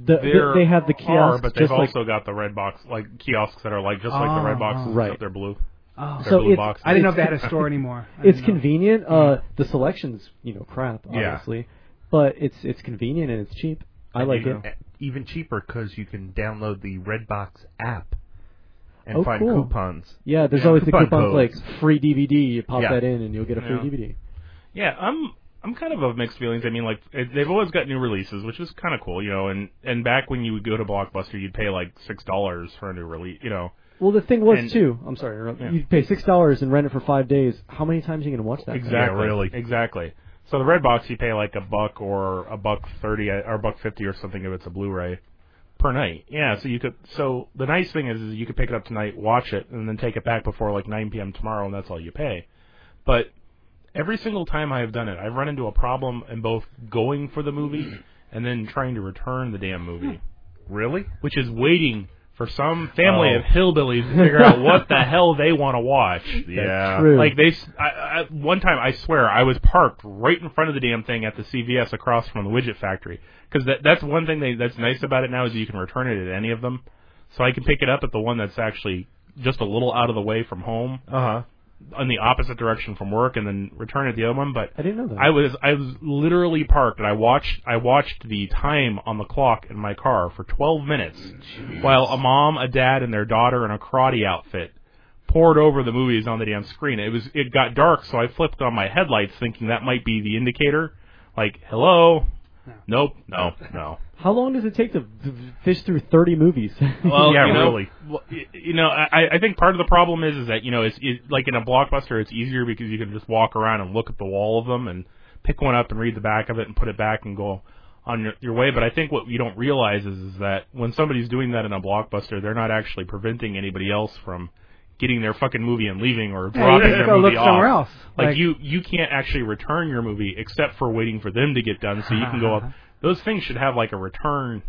Speaker 11: the,
Speaker 6: There
Speaker 11: they have the
Speaker 6: are,
Speaker 11: kiosk
Speaker 6: but they've
Speaker 11: just like
Speaker 6: also got the red box, like kiosks that are like just like the red
Speaker 11: Oh,
Speaker 6: boxes,
Speaker 11: oh.
Speaker 6: except
Speaker 11: Right.
Speaker 6: They're blue.
Speaker 9: Oh.
Speaker 6: They're
Speaker 11: so
Speaker 6: blue
Speaker 11: it's,
Speaker 6: boxes.
Speaker 9: I didn't know
Speaker 11: it's-
Speaker 9: they had a store anymore. I
Speaker 11: It's
Speaker 9: didn't know.
Speaker 11: convenient. Uh, the selection's you know crap,
Speaker 6: Yeah.
Speaker 11: obviously, but it's it's convenient and it's cheap. I
Speaker 10: And
Speaker 11: like
Speaker 10: you-
Speaker 11: it.
Speaker 6: e,
Speaker 10: Even cheaper because you can download the Redbox app and
Speaker 11: oh,
Speaker 10: find
Speaker 11: cool.
Speaker 10: coupons.
Speaker 11: Yeah, there's always the
Speaker 10: Coupon
Speaker 11: coupons
Speaker 10: codes.
Speaker 11: like free DVD. You pop
Speaker 6: Yeah.
Speaker 11: that in and you'll get a free
Speaker 6: Yeah.
Speaker 11: DVD.
Speaker 6: Yeah, I'm I'm kind of of mixed feelings. I mean, like it, they've always got new releases, which is kind of cool, you know. And and back when you would go to Blockbuster, you'd pay like six dollars for a new release, you know.
Speaker 11: Well, the thing was
Speaker 6: And-
Speaker 11: too. I'm sorry, to interrupt.
Speaker 6: Yeah.
Speaker 11: you pay six dollars and rent it for five days. How many times are you gonna watch that? thing?
Speaker 6: Exactly. Exactly. So the red box, you pay like a buck or a buck thirty uh, or a buck fifty or something if it's a Blu-ray per night. Yeah. So you could. So the nice thing is, is you could pick it up tonight, watch it, and then take it back before like 9 p.m. tomorrow, and that's all you pay. But every single time I have done it, I've run into a problem in both going for the movie and then trying to return the damn movie.
Speaker 10: Hmm. Really?
Speaker 6: Which is waiting for some family
Speaker 10: Oh.
Speaker 6: of hillbillies to figure out what the hell they want to watch.
Speaker 10: Yeah. true.
Speaker 6: Like they, s- I, I, one time I swear I was parked right in front of the damn thing at the CVS across from the widget factory because that that's one thing they, that's nice about it now is you can return it at any of them, so I can pick it up at the one that's actually just a little out of the way from home.
Speaker 10: Uh huh.
Speaker 6: In the opposite direction from work, and then return it at the other one. But
Speaker 11: I didn't know that.
Speaker 6: I was I was literally parked, and I watched I watched the time on the clock in my car for 12 minutes, while a mom, a dad, and their daughter in a karate outfit poured over the movies on the damn screen. It was it got dark, so I flipped on my headlights, thinking that might be the indicator. Like, hello, nope, no, no.
Speaker 11: How long does it take to fish through thirty movies?
Speaker 6: Well, yeah, really. Well, y- you know, I, I think part of the problem is is that you know it's it, like in a blockbuster, it's easier because you can just walk around and look at the wall of them and pick one up and read the back of it and put it back and go on your, your way. But I think what you don't realize is, is that when somebody's doing that in a blockbuster, they're not actually preventing anybody else from getting their fucking movie and leaving or
Speaker 9: Yeah, you
Speaker 6: dropping
Speaker 9: just
Speaker 6: their
Speaker 9: go
Speaker 6: movie
Speaker 9: look somewhere
Speaker 6: off.
Speaker 9: else.
Speaker 6: Like,
Speaker 9: Like-
Speaker 6: you you can't actually return your movie except for waiting for them to get done so you can go up. Those things should have like a return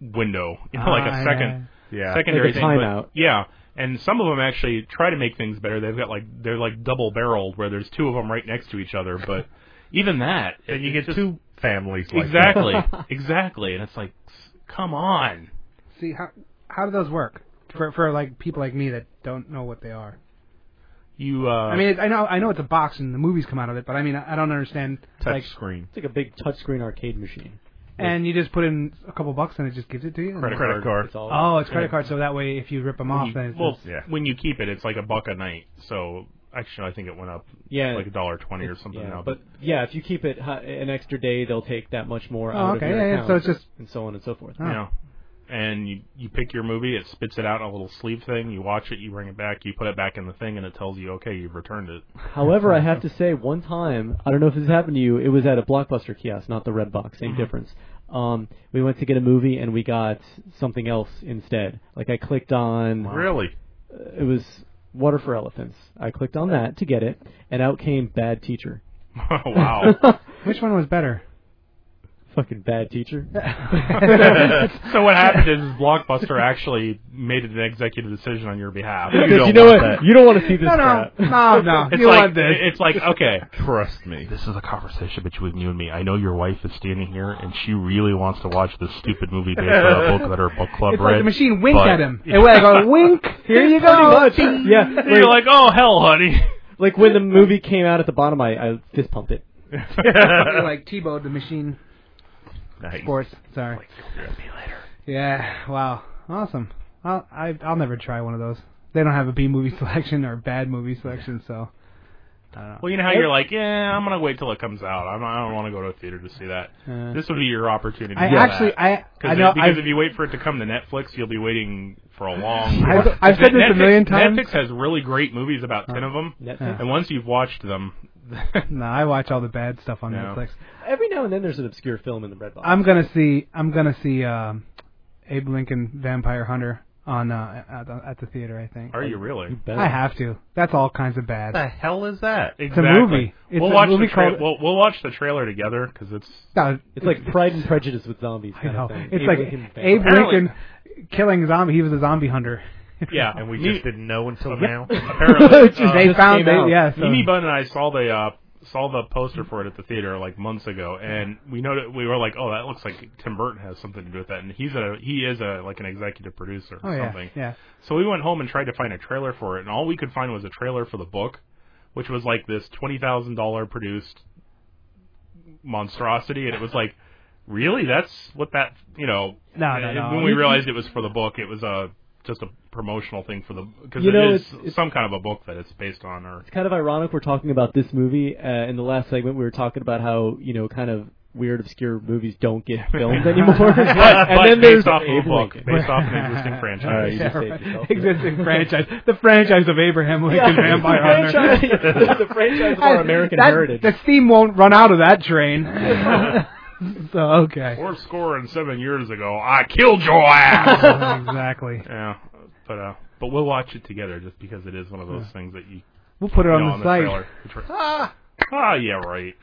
Speaker 6: window, you know, like
Speaker 10: Ah,
Speaker 6: a second
Speaker 10: yeah. Yeah.
Speaker 6: secondary
Speaker 10: Like a
Speaker 6: thing. but-
Speaker 10: timeout.
Speaker 6: yeah, and some of them actually try to make things better. They've got like they're like double barreled where there's two of them right next to each other, but even that,
Speaker 10: Then you
Speaker 6: it-
Speaker 10: get
Speaker 6: it's just-
Speaker 10: two families like that.
Speaker 6: exactly, exactly, and it's like, s- come on.
Speaker 9: See how how do those work for for like people like me that don't know what they are?
Speaker 6: You, uh,
Speaker 9: I mean, it, I know I know it's a box and the movies come out of it, but I mean I, I don't understand like
Speaker 10: screen.
Speaker 11: It's like a big touchscreen arcade machine.
Speaker 9: and you just put in a couple bucks and it just gives it to you.
Speaker 6: Credit Credit card. card. It's all-
Speaker 9: oh, it's credit card. So that way, if you rip them off,
Speaker 6: When you-
Speaker 9: then it's
Speaker 6: well,
Speaker 9: just,
Speaker 6: when you keep it, it's like a buck a night. So actually, I think it went up,
Speaker 11: Yeah.
Speaker 6: like a dollar twenty or something
Speaker 11: Yeah,
Speaker 6: now.
Speaker 11: but yeah, if you keep it hi- an extra day, they'll take that much more
Speaker 9: Oh,
Speaker 11: out
Speaker 9: okay,
Speaker 11: of your
Speaker 9: yeah, yeah,
Speaker 11: account,
Speaker 9: so it's just-
Speaker 11: and so on and so forth.
Speaker 9: Oh.
Speaker 6: you know, and you you pick your movie, it spits it out in a little sleeve thing. You watch it, you bring it back, you put it back in the thing, and it tells you, okay, you've returned it.
Speaker 11: However, I have to say, one time, I don't know if this happened to you, it was at a Blockbuster kiosk, not the Red Box, same
Speaker 6: Mhm.
Speaker 11: difference. Um, we went to get a movie and we got something else instead. Like I clicked on.
Speaker 6: Really?
Speaker 11: Uh, It was Water for Elephants. I clicked on that to get it, and out came Bad Teacher.
Speaker 6: wow.
Speaker 9: Which one was better?
Speaker 11: Fucking bad teacher.
Speaker 6: so what happened is Blockbuster actually made an executive decision on your behalf.
Speaker 11: Because
Speaker 6: don't
Speaker 11: you know
Speaker 6: want
Speaker 11: what?
Speaker 6: that.
Speaker 11: You don't want to see this No, no. crap. No, no.
Speaker 6: It's
Speaker 11: You
Speaker 6: like,
Speaker 11: want this.
Speaker 6: It's like okay,
Speaker 10: trust me.
Speaker 6: This is a conversation between you and me. I know your wife is standing here, and she really wants to watch this stupid movie based on a book that her book club
Speaker 9: It's
Speaker 6: read.
Speaker 9: like the machine winked
Speaker 6: but-
Speaker 9: at him. It went like a wink. Here you go.
Speaker 11: Pretty much. Yeah.
Speaker 6: And you're like, oh hell, honey.
Speaker 11: Like when the movie came out at the bottom, I, I fist pumped it.
Speaker 9: Something like Tebow the machine.
Speaker 10: Nice.
Speaker 9: Sports. Sorry. Yeah. Wow. Awesome. I'll I, I'll never try one of those. They don't have a B movie selection or bad movie selection, so I don't know.
Speaker 6: Well, you know how you're like, yeah, I'm gonna wait till it comes out. I'm, I don't want to go to a theater to see that.
Speaker 9: Uh,
Speaker 6: this would be your opportunity.
Speaker 9: I
Speaker 6: for
Speaker 9: actually-
Speaker 6: that.
Speaker 9: I-
Speaker 6: 'Cause
Speaker 9: I
Speaker 6: if-
Speaker 9: know-
Speaker 6: because
Speaker 9: I've-
Speaker 6: if you wait for it to come to Netflix, you'll be waiting for a long.
Speaker 9: I've- I've said this a
Speaker 6: Netflix-
Speaker 9: million times. Uh,
Speaker 6: Netflix has really great movies, about ten of them,
Speaker 11: Netflix.
Speaker 6: and once you've watched them,
Speaker 9: no, I watch all the bad stuff on
Speaker 6: No.
Speaker 9: Netflix.
Speaker 11: Every now and then there's an obscure film in the red box.
Speaker 9: I'm gonna see. I'm gonna see um, Abe Lincoln Vampire Hunter on uh, at, the- at the theater. I think.
Speaker 6: are you really?
Speaker 9: I have to. That's all kinds of bad.
Speaker 10: What the hell is that?
Speaker 9: a
Speaker 6: Exactly.
Speaker 9: movie. It's
Speaker 6: we'll
Speaker 9: a
Speaker 6: watch
Speaker 9: movie
Speaker 6: the tra-
Speaker 9: called-
Speaker 6: we'll, we'll watch the trailer together because it's
Speaker 9: No,
Speaker 11: It's like Pride and Prejudice with zombies.
Speaker 9: I
Speaker 11: Kind
Speaker 9: know.
Speaker 11: Of thing.
Speaker 9: It's
Speaker 11: Abe
Speaker 9: like
Speaker 11: Lincoln
Speaker 9: Abe
Speaker 11: Vampire.
Speaker 9: Lincoln killing zombie. He was a zombie hunter.
Speaker 6: yeah,
Speaker 10: And we
Speaker 6: Me-
Speaker 10: just didn't know until
Speaker 6: Yeah.
Speaker 10: now.
Speaker 6: Apparently,
Speaker 9: Just they
Speaker 6: just
Speaker 9: found
Speaker 6: came
Speaker 9: they-
Speaker 6: out.
Speaker 9: yeah, so-
Speaker 6: Mimi Bun and I saw the uh, saw the poster for it at the theater like months ago, and we noted we were like, oh, that looks like Tim Burton has something to do with that, and he's a he is a like an executive producer or
Speaker 9: Oh, yeah,
Speaker 6: something.
Speaker 9: yeah.
Speaker 6: So we went home and tried to find a trailer for it, and all we could find was a trailer for the book, which was like this twenty thousand dollar produced monstrosity, and it was like. Really? That's what that you know.
Speaker 9: No, no, no.
Speaker 6: When we
Speaker 9: You-
Speaker 6: realized it was for the book, it was a just a promotional thing for the because it
Speaker 11: You know,
Speaker 6: is
Speaker 11: it's-
Speaker 6: some kind of a book that it's based on or
Speaker 11: It's kind of ironic we're talking about this movie. Uh, in the last segment, we were talking about how you know kind of weird, obscure movies don't get filmed anymore.
Speaker 6: But-
Speaker 11: and
Speaker 6: but
Speaker 11: then
Speaker 6: based
Speaker 11: there's
Speaker 6: off of a
Speaker 11: Abe
Speaker 6: book,
Speaker 11: Lincoln.
Speaker 6: based off an existing franchise.
Speaker 11: you just saved yourself.
Speaker 9: Existing franchise. The franchise of Abraham
Speaker 11: Yeah,
Speaker 9: Lincoln
Speaker 11: the
Speaker 9: Vampire Hunter.
Speaker 11: franchise- the franchise of our American
Speaker 9: That-
Speaker 11: heritage.
Speaker 9: The steam won't run out of that drain. so okay.
Speaker 6: Four score and seven years ago, I killed your ass.
Speaker 9: exactly.
Speaker 6: yeah, but uh, but we'll watch it together just because it is one of those things that you
Speaker 9: We'll put it
Speaker 6: you
Speaker 9: on
Speaker 6: know,
Speaker 9: the
Speaker 6: on
Speaker 9: site.
Speaker 6: trailer. The tra- ah, ah, yeah, right.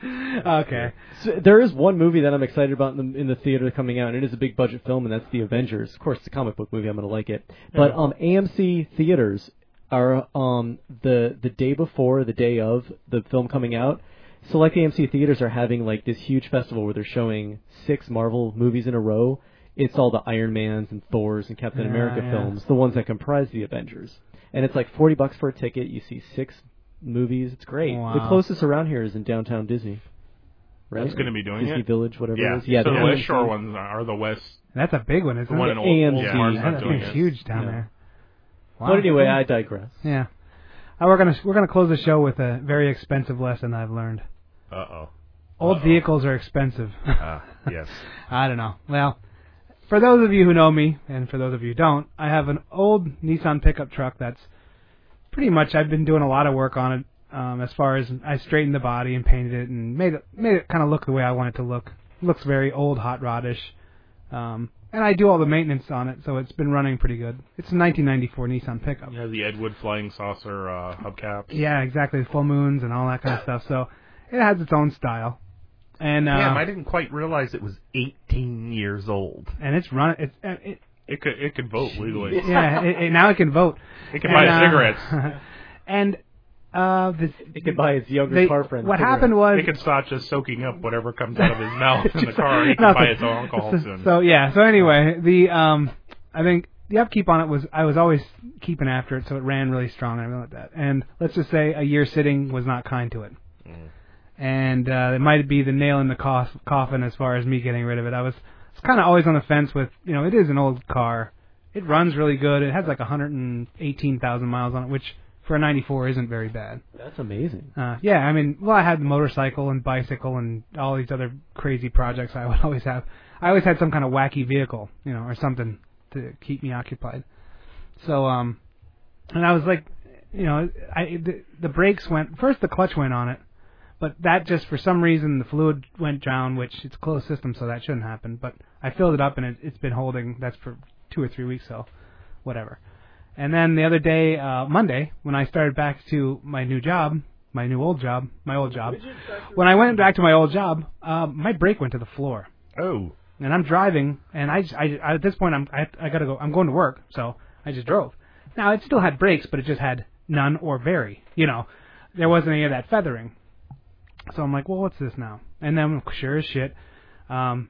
Speaker 9: Okay.
Speaker 11: So there is one movie that I'm excited about in the, in the theater coming out, and it is a big budget film, and that's The Avengers. Of course, it's a comic book movie. I'm going to like it. But um, AMC theaters are um the the day before, the day of the film coming out. Select AMC theaters are having like this huge festival where they're showing six Marvel movies in a row. It's all the Iron Mans and Thors and Captain
Speaker 9: Yeah,
Speaker 11: America
Speaker 9: yeah.
Speaker 11: films, the ones that comprise the Avengers. And it's like forty bucks for a ticket. You see six movies. It's great. The
Speaker 9: Wow.
Speaker 11: closest around here is in downtown Disney. Right?
Speaker 6: That's going to be doing
Speaker 11: Disney
Speaker 6: it.
Speaker 11: Village, whatever
Speaker 6: yeah.
Speaker 11: it is. Yeah,
Speaker 6: so the
Speaker 11: they're-
Speaker 6: West Shore ones are are the West.
Speaker 9: That's a big one, isn't
Speaker 6: The one
Speaker 9: it?
Speaker 6: in Old, Old
Speaker 11: AMC.
Speaker 6: Farms
Speaker 11: Yeah,
Speaker 6: not
Speaker 9: That
Speaker 6: doing
Speaker 9: thing's
Speaker 6: it.
Speaker 9: huge down
Speaker 11: Yeah.
Speaker 9: there. Wow.
Speaker 11: But anyway, I digress.
Speaker 9: Yeah. Uh, we're gonna we're gonna close the show with a very expensive lesson I've learned.
Speaker 10: Uh oh.
Speaker 9: Old
Speaker 10: Uh-oh.
Speaker 9: vehicles are expensive.
Speaker 10: Ah, yes.
Speaker 9: I don't know. Well, for those of you who know me, and for those of you who don't, I have an old Nissan pickup truck that's pretty much I've been doing a lot of work on it. Um, as far as I straightened the body and painted it and made it made it kind of look the way I want it to look. looks very old hot rodish. Um, and I do all the maintenance on it, so it's been running pretty good. It's a 1994 Nissan pickup.
Speaker 6: It has the Ed Wood flying saucer uh, hubcaps.
Speaker 9: Yeah, exactly. Full moons and all that kind of stuff. So it has its own style. And uh,
Speaker 10: Damn, I didn't quite realize it was 18 years old.
Speaker 9: and it's run. It's uh, it,
Speaker 6: It could it could vote legally.
Speaker 9: yeah. It, it, now it can vote.
Speaker 6: It can
Speaker 9: And,
Speaker 6: buy
Speaker 9: uh,
Speaker 6: cigarettes.
Speaker 9: and uh, the,
Speaker 11: It could buy his younger
Speaker 9: they,
Speaker 11: car friend.
Speaker 9: what
Speaker 11: cigarettes.
Speaker 9: happened was
Speaker 6: It can stop just soaking up whatever comes out of his mouth in the car. He can buy his own alcohol
Speaker 9: so,
Speaker 6: soon.
Speaker 9: so, yeah. So anyway, the um, I think the upkeep on it was I was always keeping after it, so it ran really strong and everything like that. And let's just say a year sitting was not kind to it.
Speaker 11: Mm.
Speaker 9: And uh, it might be the nail in the cof- coffin as far as me getting rid of it. I was, I was kind of always on the fence with, you know, it is an old car. It runs really good. It has like 118,000 miles on it, which for a 94 isn't very bad.
Speaker 11: That's amazing.
Speaker 9: Uh, yeah, I mean, well, I had the motorcycle and bicycle and all these other crazy projects I would always have. I always had some kind of wacky vehicle, you know, or something to keep me occupied. So, um, and I was like, you know, I the, the brakes went first, the clutch went on it, but that just for some reason the fluid went down, which it's closed system, so that shouldn't happen. But I filled it up and it, it's been holding. That's for two or three weeks, so whatever. And then the other day, uh, Monday, when I started back to my new job, my new old job, my old job, when I went back to my old job, uh, my brake went to the floor. Oh. And I'm driving, and I, just, I, I at this point I'm I, I gotta go. I'm going to work, so I just drove. Now it still had brakes, but it just had none or very. You know, there wasn't any of that feathering. So I'm like, well, what's this now? And then sure as shit, um,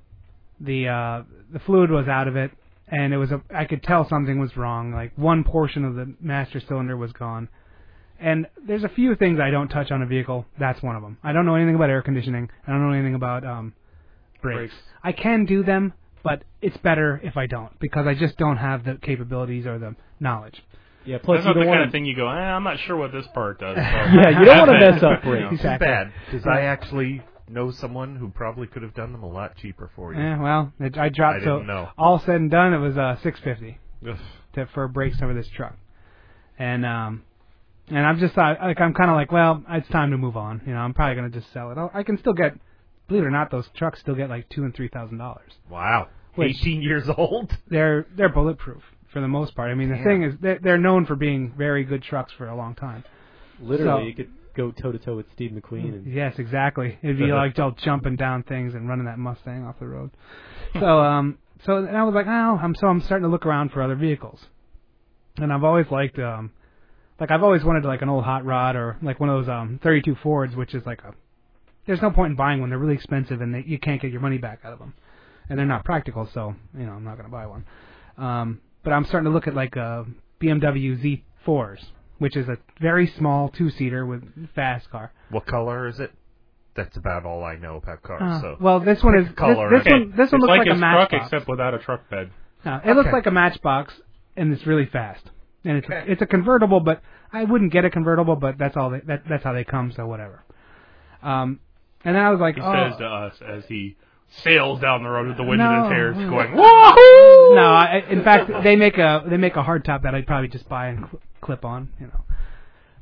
Speaker 9: the uh, the fluid was out of it, and it was a I could tell something was wrong. Like one portion of the master cylinder was gone. And there's a few things I don't touch on a vehicle. That's one of them. I don't know anything about air conditioning. I don't know anything about um, brakes. I can do them, but it's better if I don't because I just don't have the capabilities or the knowledge.
Speaker 11: Yeah,
Speaker 6: That's not the kind of thing you go. Eh, I'm not sure what this part does. So
Speaker 9: Yeah, you don't wanna mess up brakes.
Speaker 10: It's
Speaker 9: Exactly.
Speaker 10: bad because I
Speaker 9: Yeah.
Speaker 10: actually know someone who probably could have done them a lot cheaper for you.
Speaker 9: Yeah, Eh, well, it, I dropped.
Speaker 10: I
Speaker 9: so
Speaker 10: didn't know.
Speaker 9: all said and done, it was uh, six fifty
Speaker 10: Ugh.
Speaker 9: to for brakes over this truck, and um, and I'm just uh, like I'm kind of like, well, it's time to move on. You know, I'm probably gonna just sell it. I'll, I can still get, believe it or not, those trucks still get like two and three thousand dollars.
Speaker 10: Wow.
Speaker 9: Which-
Speaker 10: 18 years old.
Speaker 9: They're they're bulletproof for the most part. I mean, the
Speaker 11: Damn.
Speaker 9: thing is, they're, they're known for being very good trucks for a long time.
Speaker 11: Literally,
Speaker 9: So-
Speaker 11: you could go toe to toe with Steve McQueen. And
Speaker 9: Yes, exactly. It'd be like all jumping down things and running that Mustang off the road. So um, so and I was like, oh, I'm so I'm starting to look around for other vehicles, and I've always liked um, like I've always wanted like an old hot rod or like one of those um 32 Fords, which is like a there's no point in buying one. They're really expensive and they, you can't get your money back out of them, and they're not practical. So you know I'm not gonna buy one. Um, but I'm starting to look at like uh, a BMW Z4s, which is a very small two seater with fast car.
Speaker 10: What color is it? That's about all I know about cars.
Speaker 9: Uh,
Speaker 10: so
Speaker 9: well, this one
Speaker 10: pick
Speaker 9: is-
Speaker 10: a color.
Speaker 9: this- this
Speaker 10: and-
Speaker 9: one- this one
Speaker 6: it's
Speaker 9: looks
Speaker 6: like,
Speaker 9: like a
Speaker 6: his truck
Speaker 9: matchbox.
Speaker 6: except without a truck bed.
Speaker 9: No, it looks
Speaker 6: Okay.
Speaker 9: like a matchbox, and it's really fast. And it's a, it's a convertible, but I wouldn't get a convertible, but that's all they, that that's how they come, so whatever. Um, and I was like,
Speaker 6: He
Speaker 9: oh,
Speaker 6: says to us as he sails down the road with the wind in
Speaker 9: no,
Speaker 6: his hair, just going,
Speaker 9: no,
Speaker 6: "Wahoo!"
Speaker 9: I, in fact, they make a they make a hard top that I'd probably just buy and cl- clip on, you know.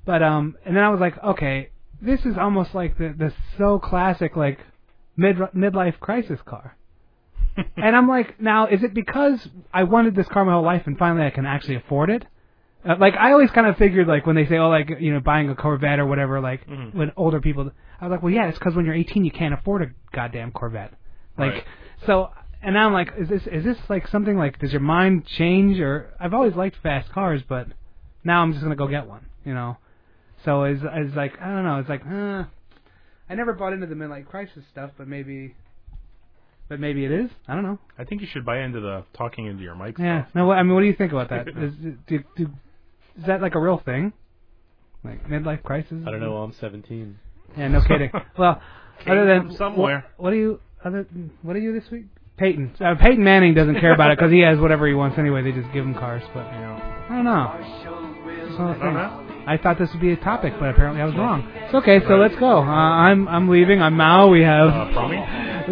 Speaker 9: But um, and then I was like, okay, this is almost like the the so classic like mid midlife crisis car. and I'm like, now is it because I wanted this car my whole life and finally I can actually afford it? Uh, like I always kind of figured, like when they say, oh, like you know, buying a Corvette or whatever, like when older people, I was like, well, yeah, it's because when you're 18, you can't afford a goddamn Corvette. Like
Speaker 14: Right.
Speaker 9: so, and now I'm like, is this is this like something like does your mind change or I've always liked fast cars, but now I'm just gonna go get one, you know? So it's it's like I don't know, it's like, uh, I never bought into the midlife crisis stuff, but maybe, but maybe it is. I don't know.
Speaker 6: I think you should buy into the talking into your mic.
Speaker 9: Yeah. No. what- I mean, what do you think about that? Is, do, do, is that like a real thing? Like midlife crisis?
Speaker 11: I don't know. I'm 17.
Speaker 9: Yeah. No kidding. well,
Speaker 11: Came
Speaker 9: other than
Speaker 11: from somewhere.
Speaker 9: What, what are you? Other? What are you this week? Peyton. Uh, Peyton Manning doesn't care about it because he has whatever he wants anyway. They just give him cars, but you know. I don't know. It's one of those
Speaker 6: I don't
Speaker 9: things. I thought this would be a topic, but apparently I was wrong. It's okay, so let's go. Uh, I'm I'm leaving. I'm out. We have
Speaker 6: Uh, Tommy?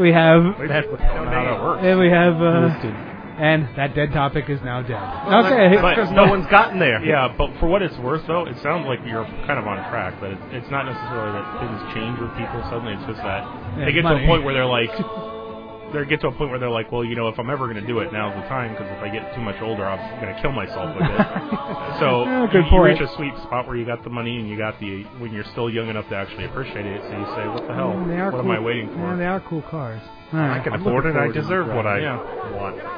Speaker 9: we have
Speaker 6: Wait, I don't know how that works.
Speaker 9: and we have
Speaker 6: Houston.
Speaker 9: uh, and that dead topic is now dead.
Speaker 6: Well,
Speaker 9: Okay,
Speaker 6: but- but- Yeah, but for what it's worth, though, it sounds like you're kind of on track. That it's, it's not necessarily that things change with people suddenly. It's just that
Speaker 10: Yeah,
Speaker 6: they get to
Speaker 10: money.
Speaker 6: a point where they're like, they get to a point where they're like, well, you know, if I'm ever going to do it, now's the time because if I get too much older, I'm going to kill myself with it. so
Speaker 9: Yeah, good
Speaker 6: you, you
Speaker 9: point.
Speaker 6: reach a sweet spot where you got the money and you got the when you're still young enough to actually appreciate it. So you say, what the hell?
Speaker 9: Mm, they are
Speaker 6: what
Speaker 9: cool.
Speaker 6: am I waiting for?
Speaker 9: Yeah, they are cool cars.
Speaker 10: I can afford it. I deserve what I
Speaker 6: Yeah.
Speaker 10: want.
Speaker 9: Yeah.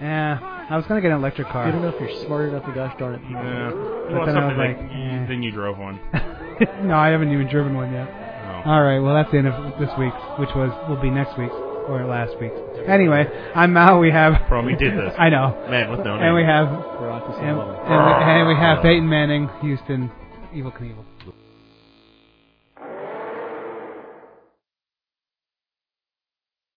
Speaker 9: Yeah, I was gonna get an electric car.
Speaker 11: Good enough. You're smart enough. And gosh darn it. you
Speaker 6: Yeah.
Speaker 11: know.
Speaker 9: But
Speaker 6: Well,
Speaker 9: then I was
Speaker 6: something like,
Speaker 9: like, eh.
Speaker 6: you- then you drove one.
Speaker 9: no, I haven't even driven one yet.
Speaker 6: Oh.
Speaker 9: All right, well that's the end of this week, which was will be next week's or last week's. Anyway, I'm out. We have.
Speaker 10: Bro, we did this.
Speaker 9: I know.
Speaker 10: Man with no
Speaker 9: And we
Speaker 10: name.
Speaker 9: have.
Speaker 11: Barack Hussein
Speaker 9: And,
Speaker 11: Obama.
Speaker 9: and we, and we have Peyton Manning, Houston, Evil Knievel.